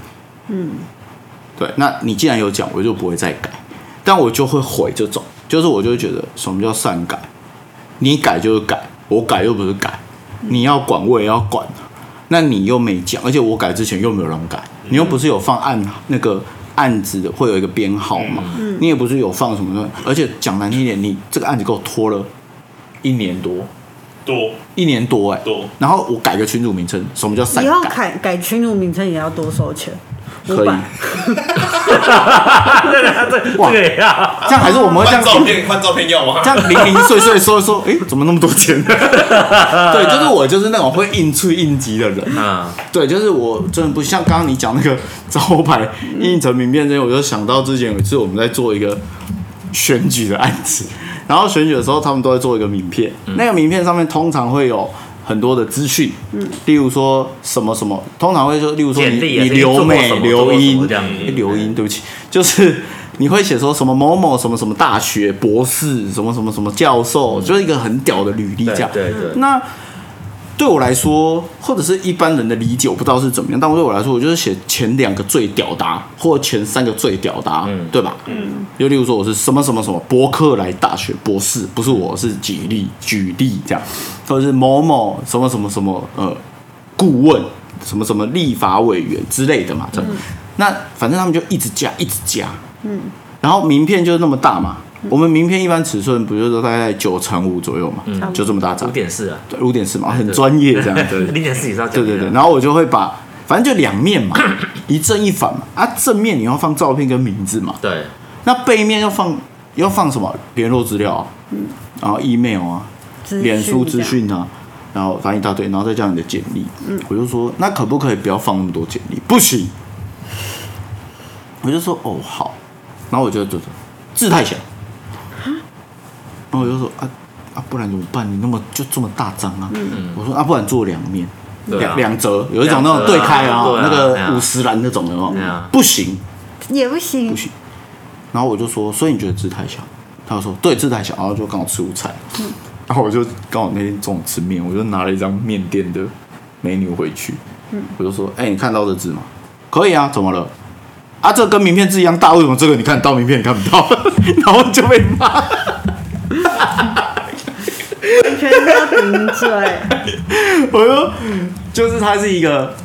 [SPEAKER 5] 对，那你既然有讲，我就不会再改，但我就会悔这种，就是我就会觉得什么叫善改，你改就是改，我改又不是改，你要管我也要管，那你又没讲，而且我改之前又没有人改，你又不是有放案那个案子的会有一个编号嘛，
[SPEAKER 1] 嗯
[SPEAKER 5] 你也不是有放什么的，而且讲难听一点，你这个案子给我拖了一年多，
[SPEAKER 3] 多
[SPEAKER 5] 一年多哎、
[SPEAKER 3] 多
[SPEAKER 5] 然后我改个群主名称，什么叫善
[SPEAKER 1] 以后
[SPEAKER 5] 改？
[SPEAKER 1] 改改群主名称也要多收钱，
[SPEAKER 5] 可
[SPEAKER 1] 五
[SPEAKER 5] 以
[SPEAKER 1] 百。
[SPEAKER 5] 哇
[SPEAKER 2] 对啊，
[SPEAKER 5] 这样还是我们会这样
[SPEAKER 3] 换照片，换照片要吗？
[SPEAKER 5] 这样零零碎碎说一说，诶，怎么那么多钱？对，就是我就是那种会应脆应急的人。
[SPEAKER 2] 嗯，
[SPEAKER 5] 对，就是我真的不像刚刚你讲那个招牌印成名片这些，我就想到之前有一次我们在做一个选举的案子，然后选举的时候他们都会做一个名片，
[SPEAKER 2] 嗯
[SPEAKER 5] 那个名片上面通常会有。很多的资讯，例如说什么什么，通常会说，例如说
[SPEAKER 2] 嗯
[SPEAKER 5] 你
[SPEAKER 2] 简历啊
[SPEAKER 5] 你
[SPEAKER 2] 这些做
[SPEAKER 5] 留
[SPEAKER 2] 过
[SPEAKER 5] 美
[SPEAKER 2] 什么做
[SPEAKER 5] 留
[SPEAKER 2] 过什
[SPEAKER 5] 英
[SPEAKER 2] 么这样子
[SPEAKER 5] 诶留英，对不起，就是你会写说什么某某什么什么大学博士，什么什么什么教授，就是一个很屌的履历这样。
[SPEAKER 2] 嗯对对对
[SPEAKER 5] 那对我来说，或者是一般人的理解，我不知道是怎么样，但对我来说，我就是写前两个最屌的啊，或前三个最屌的啊，对吧？嗯，就例如说我是什么什么什么伯克莱大学博士，不是我是举例举例这样，或者是某某什么什么什么呃顾问，什么什么立法委员之类的嘛，这样那反正他们就一直加一直加，嗯，然后名片就是那么大嘛。我们名片一般尺寸不就是都大概九乘五左右嘛，就这么大张
[SPEAKER 2] 五，点四啊，
[SPEAKER 5] 哎对，五点四嘛，很专业这样， 对
[SPEAKER 2] 零点四以上，
[SPEAKER 5] 对对对。，然后我就会把，反正就两面 嘛，一正一反嘛。啊，正面你要放照片跟名字嘛，
[SPEAKER 2] 对，
[SPEAKER 5] 那背面要放要放什么联络资料啊，然后 email 啊，
[SPEAKER 1] 资讯
[SPEAKER 5] 脸书
[SPEAKER 1] 这
[SPEAKER 5] 资
[SPEAKER 1] 样嗯
[SPEAKER 5] 讯啊，然后反正一大堆，然后再加你的简历。我就说那可不可以不要放那么多简历？不行。我就说哦好，然后我就觉得字太小，然后我就说啊啊不然怎么办？你那么就这么大张啊？
[SPEAKER 1] 嗯
[SPEAKER 5] 我说啊不然做两面。
[SPEAKER 2] 嗯对啊
[SPEAKER 5] 两两折，有一
[SPEAKER 2] 两
[SPEAKER 5] 种
[SPEAKER 2] 折
[SPEAKER 5] 那种对开啊，
[SPEAKER 2] 对啊
[SPEAKER 5] 那
[SPEAKER 2] 对啊
[SPEAKER 5] 个五十栏那种的哦
[SPEAKER 2] 对啊，
[SPEAKER 5] 不行，
[SPEAKER 1] 也不行
[SPEAKER 5] 不，行。然后我就说，所以你觉得字太小？他就说对，字太小。然后就刚好吃午餐，然后我就刚好那天中午吃面，我就拿了一张面店的 menu 回去，我就说，哎、你看到这字吗？可以啊，怎么了？啊，这跟名片字一样大，为什么这个你看得到名片你看不到？ 然后就被骂。
[SPEAKER 1] 完全是要顶 嘴。
[SPEAKER 5] 我就就是他是一个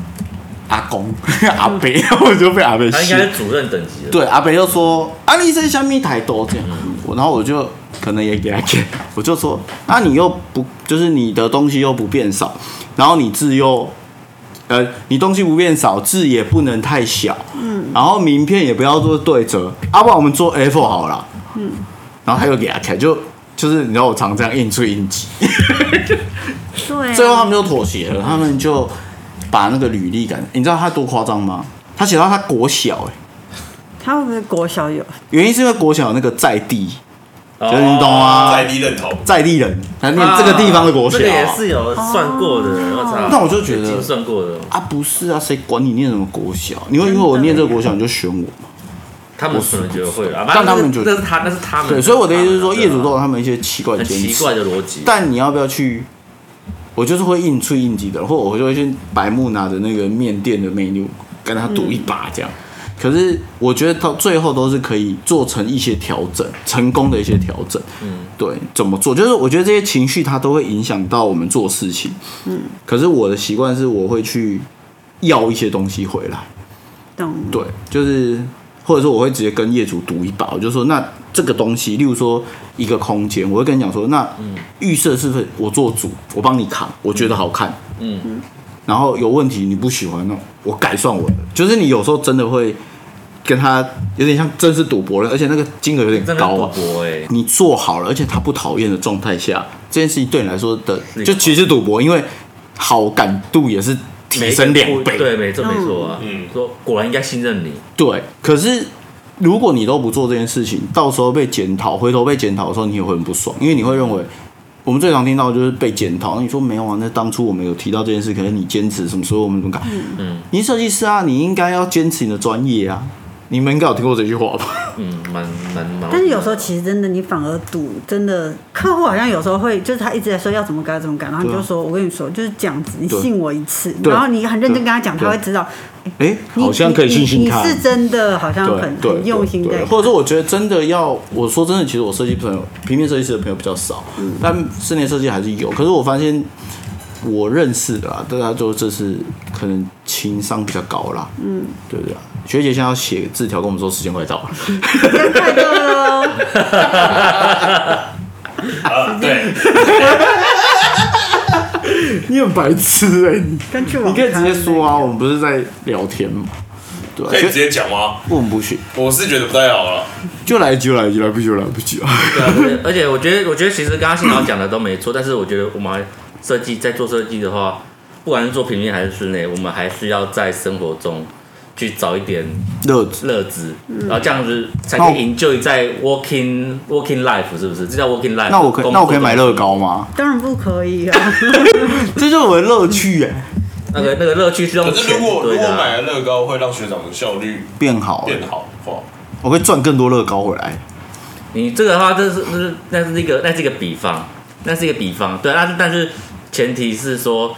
[SPEAKER 5] 阿公阿伯， 我就被阿伯
[SPEAKER 2] 他应
[SPEAKER 5] 训
[SPEAKER 2] 该是主任等级的，
[SPEAKER 5] 对，阿北就说：“啊，你在下面抬头这样。我然后我就可能也给他给，我就说：“啊，你又不就是你的东西又不变少，然后你字又呃，你东西不变少，字也不能太小，嗯，然后名片也不要做对折，啊，不然我们做 F 好了，嗯。”然后他又给他开，就就是你知道我常这样应出应急，
[SPEAKER 1] 对啊，
[SPEAKER 5] 最后他们就妥协了，他们就把那个履历感，你知道他多夸张吗？他写到他国小、欸，
[SPEAKER 1] 他会不会国小有？
[SPEAKER 5] 原因是因为国小有那个在地就是你懂啊
[SPEAKER 3] 在地认同，
[SPEAKER 5] 在地人，他念这个地方的国小
[SPEAKER 2] 啊这个也是有算过的，
[SPEAKER 1] 哦
[SPEAKER 2] 我操！
[SPEAKER 5] 那我就觉得
[SPEAKER 2] 有计算过的，
[SPEAKER 5] 啊，不是啊，谁管你念什么国小？你会因为我念这个国小你就选我吗？
[SPEAKER 2] 他们可能觉得会了，
[SPEAKER 5] 但他们就
[SPEAKER 2] 那是他，那是他们。
[SPEAKER 5] 对，所以我的意思是说，业主都
[SPEAKER 2] 对
[SPEAKER 5] 有
[SPEAKER 2] 啊
[SPEAKER 5] 他们一些奇怪的
[SPEAKER 2] 很
[SPEAKER 5] 坚
[SPEAKER 2] 奇
[SPEAKER 5] 持，
[SPEAKER 2] 怪的逻辑，
[SPEAKER 5] 但你要不要去？我就是会硬吹硬挤的，或者我就会去白木拿的那个面店的 menu 跟他赌一把这样。可是我觉得到最后都是可以做成一些调整，成功的一些调整。嗯，对，怎么做？就是我觉得这些情绪它都会影响到我们做事情。嗯，可是我的习惯是我会去要一些东西回来。
[SPEAKER 1] 懂？
[SPEAKER 5] 对，就是或者说我会直接跟业主赌一把，我就说那这个东西，例如说一个空间，我会跟你讲说，那
[SPEAKER 2] 嗯
[SPEAKER 5] 预设是不是我做主，我帮你扛，我觉得好看，
[SPEAKER 2] 嗯
[SPEAKER 5] 嗯，然后有问题你不喜欢，那我改算我的，就是你有时候真的会跟他有点像真是赌博了，而且那个金额有点
[SPEAKER 2] 真的
[SPEAKER 5] 高
[SPEAKER 2] 赌
[SPEAKER 5] 啊。
[SPEAKER 2] 博哎，
[SPEAKER 5] 你做好了，而且他不讨厌的状态下，这件事情对你来说的
[SPEAKER 2] 是一个
[SPEAKER 5] 就其实是赌博，因为好感度也是提升两倍，
[SPEAKER 2] 对，没错没错啊。
[SPEAKER 3] 嗯
[SPEAKER 2] 说果然应该信任你，
[SPEAKER 5] 对，可是如果你都不做这件事情，到时候被检讨，回头被检讨的时候，你也会很不爽，因为你会认为。我们最常听到的就是被检讨，那你说没有啊？那当初我们有提到这件事，可是你坚持什么，所以我们怎么改？
[SPEAKER 2] 嗯，
[SPEAKER 5] 你是设计师啊，你应该要坚持你的专业啊。你们应该有听过这句话吧？
[SPEAKER 2] 嗯，蛮蛮蛮。
[SPEAKER 1] 但是有时候其实真的，你反而赌，真的客户好像有时候会，就是他一直在说要怎么改怎么改，然后你
[SPEAKER 5] 对啊
[SPEAKER 1] 就说，我跟你说就是这样子，你
[SPEAKER 5] 对
[SPEAKER 1] 信我一次，
[SPEAKER 5] 对
[SPEAKER 1] 然后你很认真跟他讲，
[SPEAKER 5] 对
[SPEAKER 1] 他会知道，哎
[SPEAKER 5] 哎、
[SPEAKER 1] 你
[SPEAKER 5] 好像可以信信看。
[SPEAKER 1] 你你是真的好像
[SPEAKER 5] 对
[SPEAKER 1] 很
[SPEAKER 5] 对
[SPEAKER 1] 很用心
[SPEAKER 5] 对
[SPEAKER 1] 在
[SPEAKER 5] 对，或者说我觉得真的要我说真的，其实我设计朋友平面设计师的朋友比较少，
[SPEAKER 1] 嗯
[SPEAKER 5] 但室内设计还是有。可是我发现我认识的啦，大家就这是可能情商比较高啦，嗯，对不对啊？学姐现在要写字条跟我们说时间快到 了，
[SPEAKER 1] 太多了哦，
[SPEAKER 3] 啊，对，
[SPEAKER 5] 你很白痴哎、你
[SPEAKER 1] 跟去网
[SPEAKER 5] 你可以直接说
[SPEAKER 1] 啊，
[SPEAKER 5] 啊，我们不是在聊天吗？对、啊，
[SPEAKER 3] 可以直
[SPEAKER 5] 就
[SPEAKER 3] 接讲吗？
[SPEAKER 5] 我们不行，
[SPEAKER 3] 我是觉得不太好啊了，
[SPEAKER 5] 就来就来就来不及就来不及啊！
[SPEAKER 2] 对啊，对而且我觉得，我觉得其实刚刚幸好讲的都没错，但是我觉得我们还设计在做设计的话，不管是做平面还是室内，我们还是要在生活中去找一点
[SPEAKER 5] 乐子
[SPEAKER 2] 乐子，
[SPEAKER 5] 嗯
[SPEAKER 2] 然后这样子才可以 enjoy 在 working working life，是不是？这叫 working life。
[SPEAKER 5] 那我可以那我可以买乐
[SPEAKER 2] 高。
[SPEAKER 5] 高 吗？
[SPEAKER 1] 当然不可以 啊，
[SPEAKER 5] 这就是我的乐趣哎、
[SPEAKER 2] 那个那个乐趣是用
[SPEAKER 3] 可是
[SPEAKER 2] 钱
[SPEAKER 3] 如果如
[SPEAKER 2] 对
[SPEAKER 3] 果
[SPEAKER 2] 的啊、
[SPEAKER 3] 买了乐高，会让学长的效率
[SPEAKER 5] 变好了
[SPEAKER 3] 变好，哇，
[SPEAKER 5] 我会赚更多乐高回来。
[SPEAKER 2] 你这个的话，这是这是那是一个那是一个比方，那是一个比方，对，但是但是前提是说，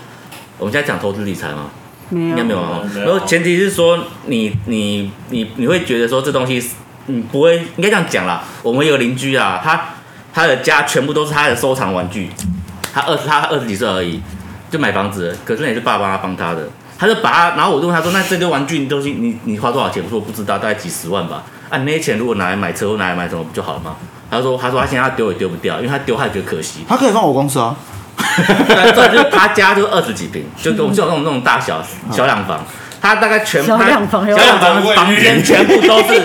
[SPEAKER 2] 我们现在讲投资理财嘛，
[SPEAKER 1] 没
[SPEAKER 2] 应
[SPEAKER 1] 有
[SPEAKER 2] 该没有啊。
[SPEAKER 3] 没有
[SPEAKER 2] 然后前提是说你你你你会觉得说这东西是，你不会应该这样讲啦。我们有个邻居啊，他他的家全部都是他的收藏玩具，他二十他二十几岁而已，就买房子了，可是那也是爸爸帮他的。他就把他，然后我就问他说：“那这堆玩具你东西，你你花多少钱？”我说：“我不知道，大概几十万吧。”啊，你那些钱如果拿来买车或拿来买什么不就好了吗？他就说：“他说他现在要丢也丢不掉，因为他丢他也觉得可惜。”
[SPEAKER 5] 他可以放我公司啊，
[SPEAKER 2] 对，这就是他家就二十几平，就我们就有那种那种大小小两房，他大概全
[SPEAKER 1] 小两房
[SPEAKER 2] 他
[SPEAKER 1] 有
[SPEAKER 2] 小两
[SPEAKER 3] 两
[SPEAKER 2] 房
[SPEAKER 3] 房
[SPEAKER 2] 房间全部都是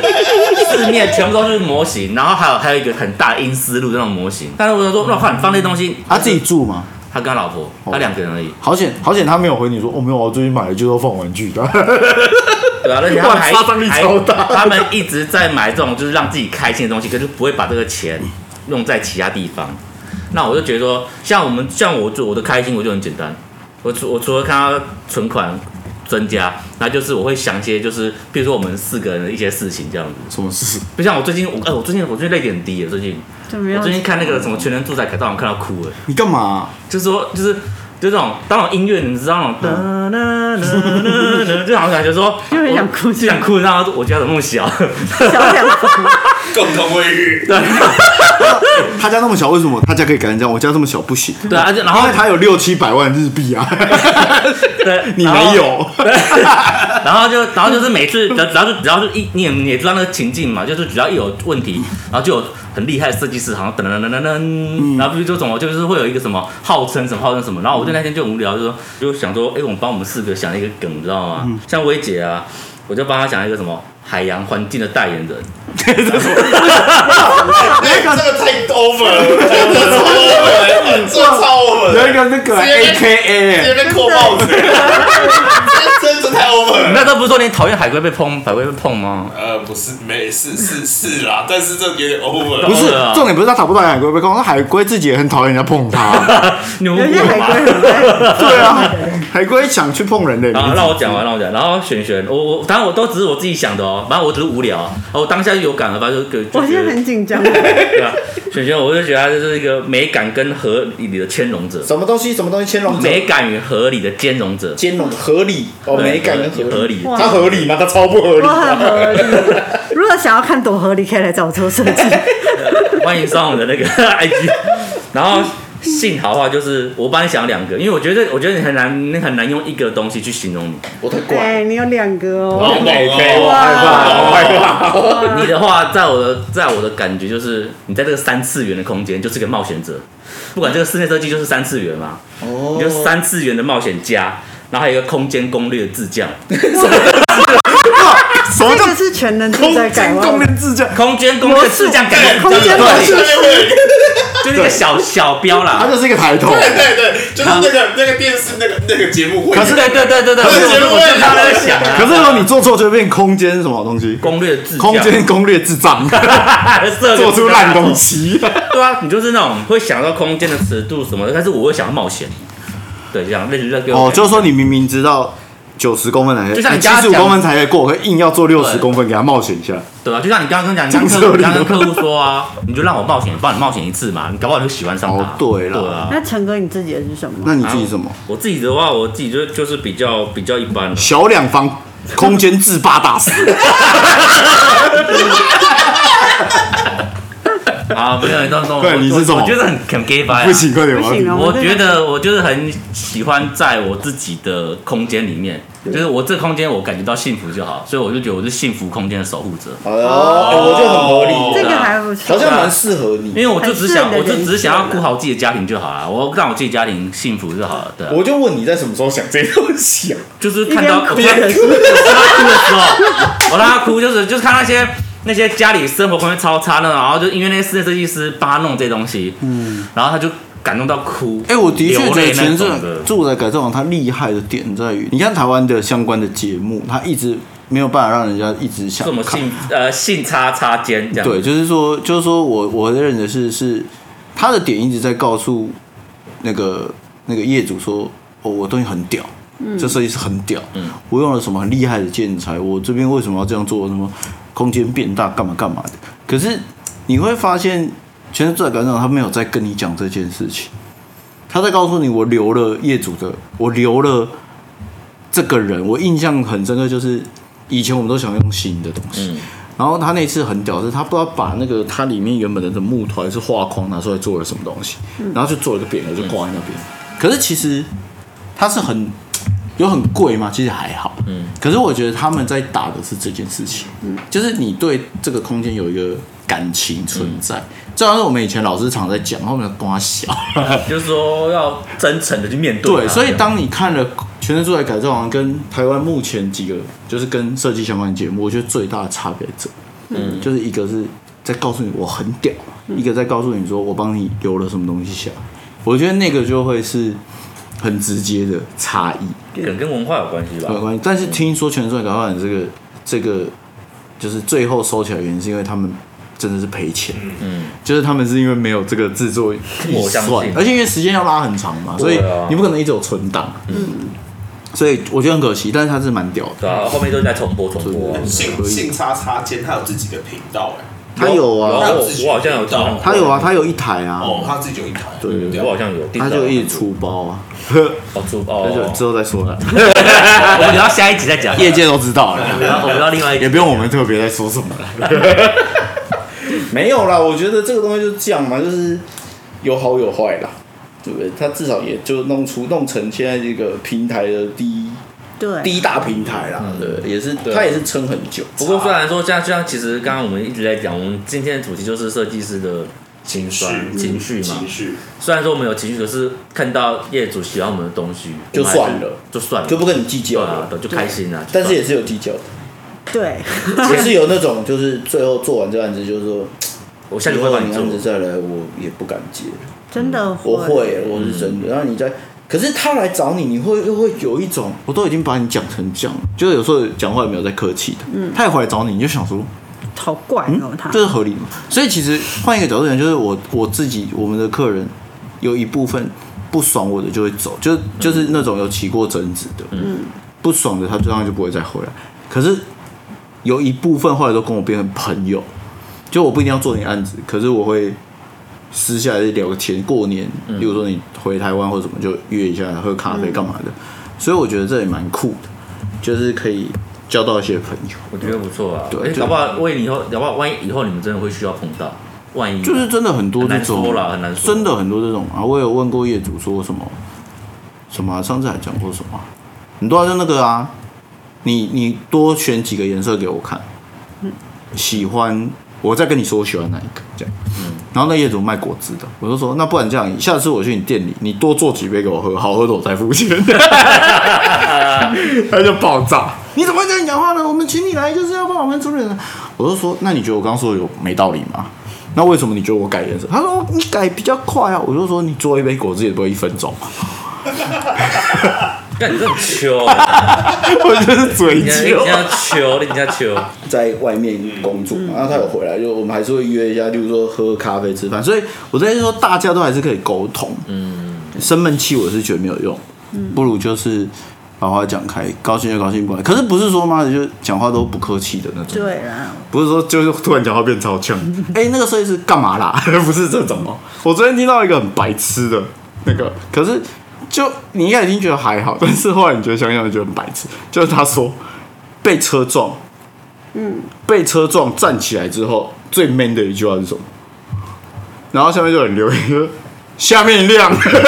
[SPEAKER 2] 四面全部都是模型，然后还有还有一个很大的阴丝路的那种模型。但是我就说，那换放那东西，
[SPEAKER 5] 他啊自己住嘛。
[SPEAKER 2] 他跟他老婆，他两个人而已，
[SPEAKER 5] 好险，好险，他没有回你说，哦，没有啊，我最近买了就是要放玩具的。
[SPEAKER 2] 对吧、而且他们还
[SPEAKER 5] 哇杀伤力超大
[SPEAKER 2] 还 他们一直在买这种就是让自己开心的东西，可是不会把这个钱用在其他地方。那我就觉得说，像我们像我做我的开心，我就很简单，我除我除了看到存款增加，那就是我会想一些就是，比如说我们四个人的一些事情这样子。
[SPEAKER 5] 什么事？
[SPEAKER 2] 不像我最近我哎、我最近我最近泪点低了，最近
[SPEAKER 1] 怎么
[SPEAKER 2] 我
[SPEAKER 1] 样
[SPEAKER 2] 最？近看那个什么全能住宅改造，我看到哭了。
[SPEAKER 5] 你干嘛、
[SPEAKER 2] 就是说，就是就这种，当那种音乐，你知道那种，哒哒哒哒哒就好像感觉说，
[SPEAKER 1] 就很想哭
[SPEAKER 2] 我就想哭，然后我家怎么那么啊小？
[SPEAKER 1] 小两房，
[SPEAKER 3] 共同卫浴，
[SPEAKER 5] 他家那么小，为什么他家可以改成这样？我家这么小不行。
[SPEAKER 2] 对啊，就然
[SPEAKER 5] 然
[SPEAKER 2] 后
[SPEAKER 5] 后他有六七百万日币 啊，
[SPEAKER 2] 对，
[SPEAKER 5] 你
[SPEAKER 2] 然后
[SPEAKER 5] 没有。
[SPEAKER 2] 然后就，然后就是每次，只要只要是只要是一，你也你也知道那个情境嘛，就是只要一有问题，然后就有很厉害的设计师，好像噔噔噔噔
[SPEAKER 5] 嗯
[SPEAKER 2] 噔，然后不是就什么，就是会有一个什么号称什么号称什么，然后我就那天就很无聊，就说就想说，
[SPEAKER 5] 嗯
[SPEAKER 2] 哎，我们帮我们四个想一个梗，你知道吗？像薇姐啊，我就帮她想一个什么海洋环境的代言人，
[SPEAKER 5] 有一
[SPEAKER 3] 这
[SPEAKER 5] 个
[SPEAKER 3] 个太 over 了，这个超 over，了这个超 over，
[SPEAKER 5] 有
[SPEAKER 3] 了
[SPEAKER 5] 一个那个
[SPEAKER 3] 直接
[SPEAKER 5] A K
[SPEAKER 3] 直接
[SPEAKER 5] A，
[SPEAKER 3] 被扣帽子，这真的太 over 了。
[SPEAKER 2] 那都不是说你讨厌海龟被碰，海龟被碰吗？
[SPEAKER 3] 呃，不是，没是是是啦，但是这有点 over 了。
[SPEAKER 5] 不是
[SPEAKER 2] 对啊
[SPEAKER 5] 重点，不是他讨不讨厌海龟被控，那海龟自己也很讨厌人家碰它。
[SPEAKER 2] 牛
[SPEAKER 1] 人家海龟很 爱，
[SPEAKER 5] 对啊，海龟想去碰人的。
[SPEAKER 2] 啊，让我讲完，让我讲。然后璇璇，我我当然我都只是我自己想的哦，反正我只是无聊。哦，我当下就有感而发，就就就
[SPEAKER 1] 我
[SPEAKER 2] 觉
[SPEAKER 1] 现
[SPEAKER 2] 得
[SPEAKER 1] 在很紧张。
[SPEAKER 2] 对啊，璇璇，我就觉得他就是一个美感跟合理的兼容者，
[SPEAKER 5] 什么东西？什么东西？兼容者
[SPEAKER 2] 美感与合理的兼容者。
[SPEAKER 5] 兼容合理哦，
[SPEAKER 2] 对
[SPEAKER 5] 美感跟
[SPEAKER 2] 合
[SPEAKER 5] 合
[SPEAKER 2] 理
[SPEAKER 1] 哇
[SPEAKER 5] 它合理吗？它超不合理
[SPEAKER 1] 我很
[SPEAKER 5] 的。
[SPEAKER 1] 合理。如果想要看多合理，可以来找我做设 计。
[SPEAKER 2] 欢迎上我们的那个 IG。然后幸好的话就是，我帮你想两个，因为我觉得我觉得你很难，你很难用一个东西去形容你。
[SPEAKER 5] 我太
[SPEAKER 1] 哎、
[SPEAKER 5] 怪，
[SPEAKER 1] 你有两个
[SPEAKER 5] 我
[SPEAKER 1] 哦。
[SPEAKER 5] 很美
[SPEAKER 3] 哇
[SPEAKER 5] 我害怕，我害怕。
[SPEAKER 2] 呃你的话，在我的在我的感觉就是，你在这个三次元的空间就是个冒险者，不管这个室内设计就是三次元嘛，
[SPEAKER 5] 哦
[SPEAKER 2] 你就是三次元的冒险家，然后还有一个空间攻略的自降，
[SPEAKER 5] 什么
[SPEAKER 1] 这
[SPEAKER 5] 叫
[SPEAKER 1] 个是全能自在
[SPEAKER 5] 空
[SPEAKER 1] 改
[SPEAKER 5] 间
[SPEAKER 1] 哇
[SPEAKER 5] 攻略自驾？
[SPEAKER 2] 空间攻略自降感觉
[SPEAKER 1] 空间模
[SPEAKER 2] 对，
[SPEAKER 1] 式
[SPEAKER 3] 对对对
[SPEAKER 2] 就是一个小小标
[SPEAKER 5] 它
[SPEAKER 2] 啦，
[SPEAKER 5] 就是一个抬头。
[SPEAKER 3] 对对，就是那个那个电视那个那个节目会，
[SPEAKER 2] 可是对对对对对，我
[SPEAKER 3] 空间
[SPEAKER 2] 就我
[SPEAKER 3] 攻略
[SPEAKER 2] 就刚刚在想啊，
[SPEAKER 5] 可是如果你做错，就会变空间什么东西？
[SPEAKER 2] 攻略自降
[SPEAKER 5] 空间攻略智障，
[SPEAKER 2] 设
[SPEAKER 5] 做出烂东
[SPEAKER 2] 西。
[SPEAKER 5] 西。
[SPEAKER 2] 对啊，你就是那种会想到空间的尺度什么的，但是我会想要冒险。对，这样类似这个。
[SPEAKER 5] 哦，就是说你明明知道九十公分才，哎
[SPEAKER 2] 就像你
[SPEAKER 5] 七
[SPEAKER 2] 刚刚
[SPEAKER 5] 十五
[SPEAKER 2] 讲
[SPEAKER 5] 公分才可以过，可硬要做六十公分给他冒险一下。
[SPEAKER 2] 对啊，就像你刚刚跟讲，
[SPEAKER 5] 这样
[SPEAKER 2] 你
[SPEAKER 5] 是
[SPEAKER 2] 刚
[SPEAKER 5] 有
[SPEAKER 2] 跟
[SPEAKER 5] 理的
[SPEAKER 2] 刚跟客户说啊， 你就让我冒险，帮你冒险一次嘛，你搞不好就喜欢上他。
[SPEAKER 5] 哦对啦
[SPEAKER 2] 对啊。
[SPEAKER 1] 那陈哥，你自己的是什么？
[SPEAKER 5] 那你自己什么？
[SPEAKER 2] 我自己的话，我自己就就是比较比较一般 了。
[SPEAKER 5] 小两房空间制霸大师，
[SPEAKER 2] 啊，不是，当中
[SPEAKER 5] 对你是什么
[SPEAKER 2] 我觉得很很 gay 白、啊。
[SPEAKER 5] 不，行，哦快点，
[SPEAKER 1] 不
[SPEAKER 5] 我
[SPEAKER 1] 行
[SPEAKER 5] 要
[SPEAKER 1] 啊！
[SPEAKER 2] 我
[SPEAKER 1] 真的
[SPEAKER 2] 觉得我就是很喜欢在我自己的空间里面，就是我这空间我感觉到幸福就好，所以我就觉得我是幸福空间的守护者。啊
[SPEAKER 5] 哦，哎我就很合理，
[SPEAKER 1] 这个还不错。
[SPEAKER 5] 适合你。
[SPEAKER 2] 因为我就只想，
[SPEAKER 1] 很顺的
[SPEAKER 2] 我就
[SPEAKER 1] 人
[SPEAKER 2] 只想要
[SPEAKER 1] 生啊
[SPEAKER 2] 顾好自己的家庭就好了，我让我自己家庭幸福就好了。对啊，
[SPEAKER 5] 就问你在什么时候想这些东西啊？
[SPEAKER 2] 就是看到
[SPEAKER 1] 一边哭
[SPEAKER 2] 我让他哭的时候，我让他哭，就是就是看那些那些家里生活空间超差的，然后就因为那些室内设计师帮他弄这些东西，嗯，然后他就感动到哭。
[SPEAKER 5] 哎、我的确
[SPEAKER 2] 流
[SPEAKER 5] 觉
[SPEAKER 2] 泪
[SPEAKER 5] 得
[SPEAKER 2] 那
[SPEAKER 5] 前
[SPEAKER 2] 种
[SPEAKER 5] 阵
[SPEAKER 2] 的，
[SPEAKER 5] 住宅改造网它厉害的点在于，你看台湾的相关的节目，它一直没有办法让人家一直想
[SPEAKER 2] 什么
[SPEAKER 5] 看。
[SPEAKER 2] 性呃性差擦肩这样，
[SPEAKER 5] 对，就是说，就是说我我认的是是，他的点一直在告诉那个那个业主说，哦，我东西很屌，
[SPEAKER 2] 嗯
[SPEAKER 5] 这设计师很屌，我用了什么很厉害的建材，我这边为什么要这样做，什么空间变大，干嘛干嘛的。可是你会发现，全是住宅改造厂他没有在跟你讲这件事情，他在告诉你，我留了业主的，我留了这个人，我印象很深刻，就是以前我们都想用新的东
[SPEAKER 2] 嗯
[SPEAKER 5] 西。然后他那次很屌，是他不知道把那个它里面原本的那木头还是画框拿出来做了什么东西，然后就做了个匾额就挂在那边。可是其实它是很有很贵吗？其实还好。嗯。可是我觉得他们在打的是这件事情，嗯，就是你对这个空间有一个感情存在。这好像是我们以前老师常在讲，后面瓜小。
[SPEAKER 2] 就是说要真诚的去面对它。啊
[SPEAKER 5] 对，所以当你看了《全身住宅改造王》跟台湾目前几个就是跟设计相关的节目，我觉得最大的差别在这，嗯，就是一个是在告诉你我很屌，一个在告诉你说我帮你留了什么东西下来，我觉得那个就会是很直接的差异。
[SPEAKER 2] 可能跟文化有关系吧
[SPEAKER 5] 啊没。关系。但是听说《全身改造案》这个这个，就是最后收起来的原因是因为他们真的是赔钱，嗯，就是他们是因为没有这个制作预
[SPEAKER 2] 我相
[SPEAKER 5] 算
[SPEAKER 2] 信，
[SPEAKER 5] 而且因为时间要拉很长嘛，所
[SPEAKER 2] 对
[SPEAKER 5] 以
[SPEAKER 2] 啊
[SPEAKER 5] 你不可能一直有存档，嗯，所以我觉得很可惜，但是他是蛮屌的，
[SPEAKER 2] 对啊，后面都在重播重播啊。
[SPEAKER 3] 性性叉叉间，他有自己的频道哎，
[SPEAKER 5] 他有
[SPEAKER 2] 有
[SPEAKER 5] 啊，
[SPEAKER 2] 啊
[SPEAKER 3] 他
[SPEAKER 2] 我
[SPEAKER 3] 自己
[SPEAKER 2] 我好像有
[SPEAKER 3] 频道
[SPEAKER 2] 听
[SPEAKER 5] 他有啊，他有一台啊，
[SPEAKER 3] 哦，他自己有一台，
[SPEAKER 5] 对对对
[SPEAKER 2] 我好像有，
[SPEAKER 5] 他就一直出包啊，那
[SPEAKER 2] 哦出哦，
[SPEAKER 5] 就之后再说了，
[SPEAKER 2] 我们留到下一集再讲。
[SPEAKER 5] 业界都知道了。
[SPEAKER 2] 然后我们到另外一
[SPEAKER 5] 也
[SPEAKER 2] 集，
[SPEAKER 5] 不用我们特别在说什么了。 没有啦，我觉得这个东西就是这样嘛，就是有好有坏啦，对不对？它至少也就弄出弄成现在这个平台的第一第
[SPEAKER 1] 对，
[SPEAKER 5] 一大平台啦，对嗯不对，啊也是
[SPEAKER 2] 对
[SPEAKER 5] 它也是撑很久。
[SPEAKER 2] 不过虽然说这样，就像其实刚刚我们一直在讲，我们今天的主题就是设计师的
[SPEAKER 3] 情绪
[SPEAKER 2] 酸情绪嘛
[SPEAKER 3] 情绪，
[SPEAKER 2] 虽然说我们有情绪，可是看到业主喜欢我们的东西，
[SPEAKER 5] 就
[SPEAKER 2] 我们还是
[SPEAKER 5] 算了，
[SPEAKER 2] 就算了，
[SPEAKER 5] 就不跟你计
[SPEAKER 2] 对
[SPEAKER 5] 较
[SPEAKER 2] 啊
[SPEAKER 5] 了，，
[SPEAKER 2] 对就开心了。
[SPEAKER 5] 但是也
[SPEAKER 2] 就是
[SPEAKER 5] 有计较的，
[SPEAKER 1] 对，
[SPEAKER 5] 也是有那种就是最后做完这案子，就是说
[SPEAKER 2] 算了我下次
[SPEAKER 5] 以
[SPEAKER 2] 会
[SPEAKER 5] 后
[SPEAKER 2] 帮你
[SPEAKER 5] 你
[SPEAKER 2] 做
[SPEAKER 5] 案，子再来，我也不敢接。
[SPEAKER 1] 真的
[SPEAKER 5] 我会，我是真的。然后你在可是他来找你，你会又会有一种，我都已经把你讲成这样了，就是有时候讲话也没有在客气的。嗯，他也回来找你，你就想说，
[SPEAKER 1] 好怪哦、
[SPEAKER 5] 嗯
[SPEAKER 1] 他。，
[SPEAKER 5] 这是合理的嘛？所以其实换一个角度讲，就是我我自己我们的客人有一部分不爽我的就会走，就就是那种有起过争执的，嗯，不爽的他当然就不会再回来。可是有一部分后来都跟我变成朋友，就我不一定要做你案子，可是我会私下来聊个天。过年，例如说你回台湾或什么，就约一下喝咖啡干嘛的。所以我觉得这也蛮酷的，就是可以交到一些朋友。
[SPEAKER 2] 我觉得不错啊。
[SPEAKER 5] 对
[SPEAKER 2] 而且搞不好为你以后，搞不好万一以后你们真的会需要碰到，万一
[SPEAKER 5] 就是真的很多这种，
[SPEAKER 2] 很难说啦很难说
[SPEAKER 5] 真的很多这种啊！我有问过业主说什么什么啊、上次还讲过什么啊、很多啊就那个啊，你你多选几个颜色给我看，喜欢我再跟你说我喜欢哪一个这样。
[SPEAKER 2] 嗯
[SPEAKER 5] 然后那业主卖果汁的，我就说那不然这样，下次我去你店里，你多做几杯给我喝，好喝的我再 付钱。 他就爆炸，你怎么会这样讲话呢？我们请你来就是要帮我们啊处理的。我就说那你觉得我刚刚说的有没道理吗？那为什么你觉得我改颜色？他说你改比较快啊。我就说你做一杯果汁也不会一分钟，
[SPEAKER 2] 干你这种球，
[SPEAKER 5] 我就是嘴
[SPEAKER 2] 你家
[SPEAKER 5] 贱
[SPEAKER 2] 你。家球，你家球，
[SPEAKER 5] 在外面工作嘛，然后他有回来，就我们还是会约一下，例如说喝咖啡、吃饭。所以我在说，大家都还是可以沟通。嗯，生闷气我是觉得没有用，不如就是把话讲开，高兴就高兴，不高兴可是不是说妈的就讲话都不客气的那种，
[SPEAKER 1] 对啊啦，
[SPEAKER 5] 不是说就是突然讲话变超呛。 哎、那个设计师干嘛啦？ 不是这种哦。我昨天听到一个很白痴的那个，可是就你应该已经觉得还好，但是后来你觉得想想就觉得很白痴，就是他说被车撞，嗯，被车撞站起来之后最 man 的一句话是什么？然后下面就很留言说下面 亮，你不觉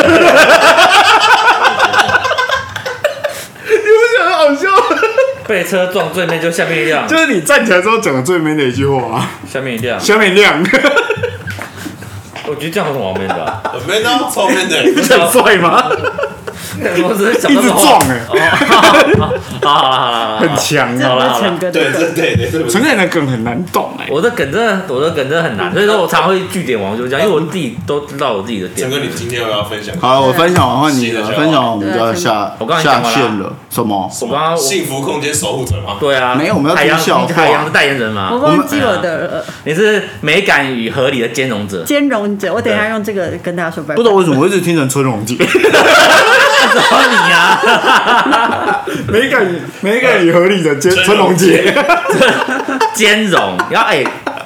[SPEAKER 5] 得好笑吗？
[SPEAKER 2] 被车撞最面就下面一辆，
[SPEAKER 5] 就是你站起来之后讲的最 man 的一句话、啊，
[SPEAKER 2] 下面一辆，
[SPEAKER 5] 下 面亮。
[SPEAKER 2] 我觉得这样很完美的吧。
[SPEAKER 3] 很 man 啊，超 man 的。
[SPEAKER 5] 很帅 吗？
[SPEAKER 2] 但 我只是想
[SPEAKER 5] 一
[SPEAKER 2] 到
[SPEAKER 5] 直
[SPEAKER 2] 这种
[SPEAKER 5] 撞哎、
[SPEAKER 2] 好好好好好
[SPEAKER 5] 很强
[SPEAKER 1] 这
[SPEAKER 5] 啊！
[SPEAKER 1] 是陈哥
[SPEAKER 3] 对，
[SPEAKER 1] 的
[SPEAKER 3] 这对对对，
[SPEAKER 5] 陈凯的梗很难懂哎、
[SPEAKER 2] 我的梗真的，我的梗真的很难，所以说我常会据点王就是这样，因为我自己都知道我自己的点
[SPEAKER 3] 陈。哥，你今天要不要分享？
[SPEAKER 5] 好了，我分享完换你
[SPEAKER 3] 是的
[SPEAKER 5] 了，
[SPEAKER 3] 是的
[SPEAKER 5] 分享完我们就要下
[SPEAKER 2] 我刚才
[SPEAKER 5] 下
[SPEAKER 2] 讲完了啊
[SPEAKER 5] 线了。什么？
[SPEAKER 3] 什
[SPEAKER 2] 我刚刚
[SPEAKER 3] 么？幸福空间守护者吗？
[SPEAKER 2] 对啊，
[SPEAKER 5] 没有我们要
[SPEAKER 2] 海洋
[SPEAKER 5] 听笑话
[SPEAKER 2] 海洋的代言人嘛
[SPEAKER 1] 我，忘记我的了
[SPEAKER 2] 你是美感与合理的兼容者。
[SPEAKER 1] 兼容者，我等一下用这个跟大家说拜拜。
[SPEAKER 5] 不知道为什么我一直听成春荣 姐，
[SPEAKER 2] 找你啊，
[SPEAKER 5] 美感美感也合理的接
[SPEAKER 3] 春荣姐，
[SPEAKER 2] 兼容， 然后哎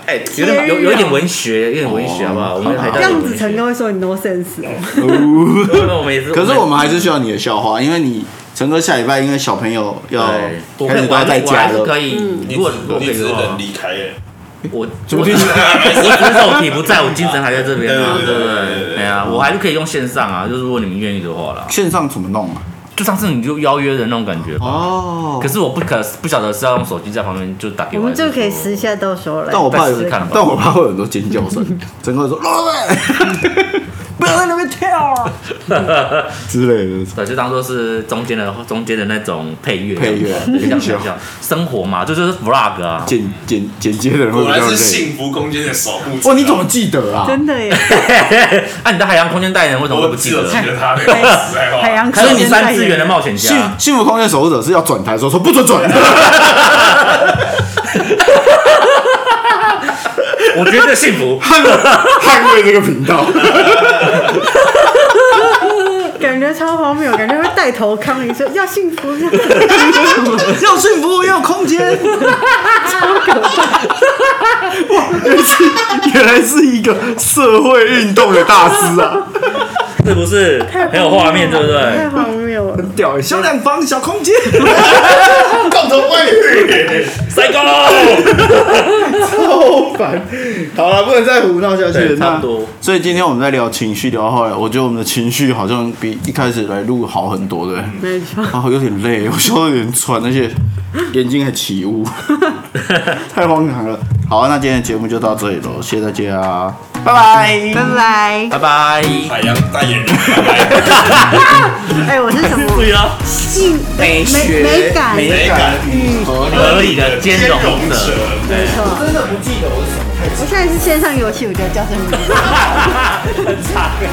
[SPEAKER 2] 哎，有点有有一点文学，有点文学好不好？我们海
[SPEAKER 1] 这
[SPEAKER 2] 大有
[SPEAKER 1] 样
[SPEAKER 2] 文
[SPEAKER 1] 子，
[SPEAKER 2] 学
[SPEAKER 1] 陈哥会说你 no sense 哦。
[SPEAKER 5] 哦
[SPEAKER 2] 对我们也是，
[SPEAKER 5] 可是我们还是需要你的笑话，因为你陈哥下礼拜因为小朋友要
[SPEAKER 2] 对，我
[SPEAKER 5] 开
[SPEAKER 2] 可
[SPEAKER 5] 始
[SPEAKER 2] 以
[SPEAKER 5] 都要
[SPEAKER 2] 玩，
[SPEAKER 5] 在
[SPEAKER 2] 我
[SPEAKER 5] 家
[SPEAKER 2] 还是
[SPEAKER 5] 了
[SPEAKER 2] 可，以。
[SPEAKER 3] 嗯
[SPEAKER 2] 如果如果可
[SPEAKER 3] 你
[SPEAKER 2] 以
[SPEAKER 3] 只
[SPEAKER 2] 的话
[SPEAKER 3] 能，离开耶。
[SPEAKER 2] 我
[SPEAKER 5] 怎么
[SPEAKER 2] 我
[SPEAKER 5] 听 起
[SPEAKER 2] 我只是肉体不在，我精神还在这边啊，
[SPEAKER 3] 对
[SPEAKER 2] 对
[SPEAKER 3] 对
[SPEAKER 2] 不
[SPEAKER 3] 对对对
[SPEAKER 2] 对？
[SPEAKER 3] 对
[SPEAKER 2] 哎呀，我还是可以用线上啊，就是如果你们愿意的话啦。
[SPEAKER 5] 线上怎么弄啊？
[SPEAKER 2] 就上次你就邀约的那种感觉吧。
[SPEAKER 5] 哦
[SPEAKER 2] 可是我不可不晓得是要用手机在旁边就打给
[SPEAKER 1] 我
[SPEAKER 2] 我
[SPEAKER 1] 们
[SPEAKER 2] 还是
[SPEAKER 1] 这
[SPEAKER 2] 说，
[SPEAKER 1] 个可以私下到时候来。
[SPEAKER 5] 但我怕有
[SPEAKER 2] 再试试看吧，
[SPEAKER 5] 但我怕会有很多尖叫 声。陈哥说：“老板， 不要在那边跳啊！”之类的。
[SPEAKER 2] 对，就当做是中间的中间的那种配乐，
[SPEAKER 5] 配乐
[SPEAKER 2] 比较比较生活嘛，这就是 vlog 啊。
[SPEAKER 5] 剪剪剪接的人会
[SPEAKER 3] 果
[SPEAKER 5] 比较
[SPEAKER 3] 然是
[SPEAKER 5] 累。
[SPEAKER 3] 幸啊福空间的守护者。
[SPEAKER 5] 哇，你怎么？记得 啊？
[SPEAKER 1] 真的耶，
[SPEAKER 2] 啊，你的海洋空间代言人为什么会
[SPEAKER 3] 我
[SPEAKER 2] 不记
[SPEAKER 3] 只有
[SPEAKER 2] 得
[SPEAKER 3] 记？得他那个实在话。
[SPEAKER 1] 海洋
[SPEAKER 2] 还有
[SPEAKER 1] 空
[SPEAKER 2] 你
[SPEAKER 1] 间代
[SPEAKER 2] 三次
[SPEAKER 1] 言
[SPEAKER 2] 元的
[SPEAKER 1] 人。
[SPEAKER 2] 冒险
[SPEAKER 5] 幸
[SPEAKER 2] 家，
[SPEAKER 5] 幸福空间守护者是要转台的时候说不准转，
[SPEAKER 2] 我觉得幸福。
[SPEAKER 5] 捍卫这个频道。
[SPEAKER 1] 感觉超荒谬，感觉会带头康一说要幸福，要
[SPEAKER 5] 要幸福，要空间。哇，原来是原来是一个社会运动的大师啊！
[SPEAKER 2] 是不是很有画面，对不
[SPEAKER 1] 太
[SPEAKER 2] 对？
[SPEAKER 1] 荒谬了。
[SPEAKER 5] 屌，小两房，小空 间，
[SPEAKER 3] 共同外遇。
[SPEAKER 2] 塞高，
[SPEAKER 5] 好烦。好了，不能再胡闹下去了。
[SPEAKER 2] 对差
[SPEAKER 5] 那
[SPEAKER 2] 不多
[SPEAKER 5] 所以今天我们在聊情绪，聊到后来，我觉得我们的情绪好像比一开始来录好很多，对。
[SPEAKER 1] 没错，
[SPEAKER 5] 啊，有点累， 我笑得有点喘，而且眼睛还 起雾，太荒唐了。好，那今天的节目就到这里喽，谢谢大家，拜拜。
[SPEAKER 1] 拜拜。
[SPEAKER 2] 拜拜。
[SPEAKER 3] 海洋代言人，拜拜。
[SPEAKER 1] 哎，我是什么？
[SPEAKER 2] 对啊，
[SPEAKER 1] 性美美美感，没
[SPEAKER 3] 美感与
[SPEAKER 2] 合理的兼容者
[SPEAKER 3] 对
[SPEAKER 1] 错。真的不记得我是什么。我现在是线上游戏，我觉得叫什么名字？
[SPEAKER 2] 很惨哎。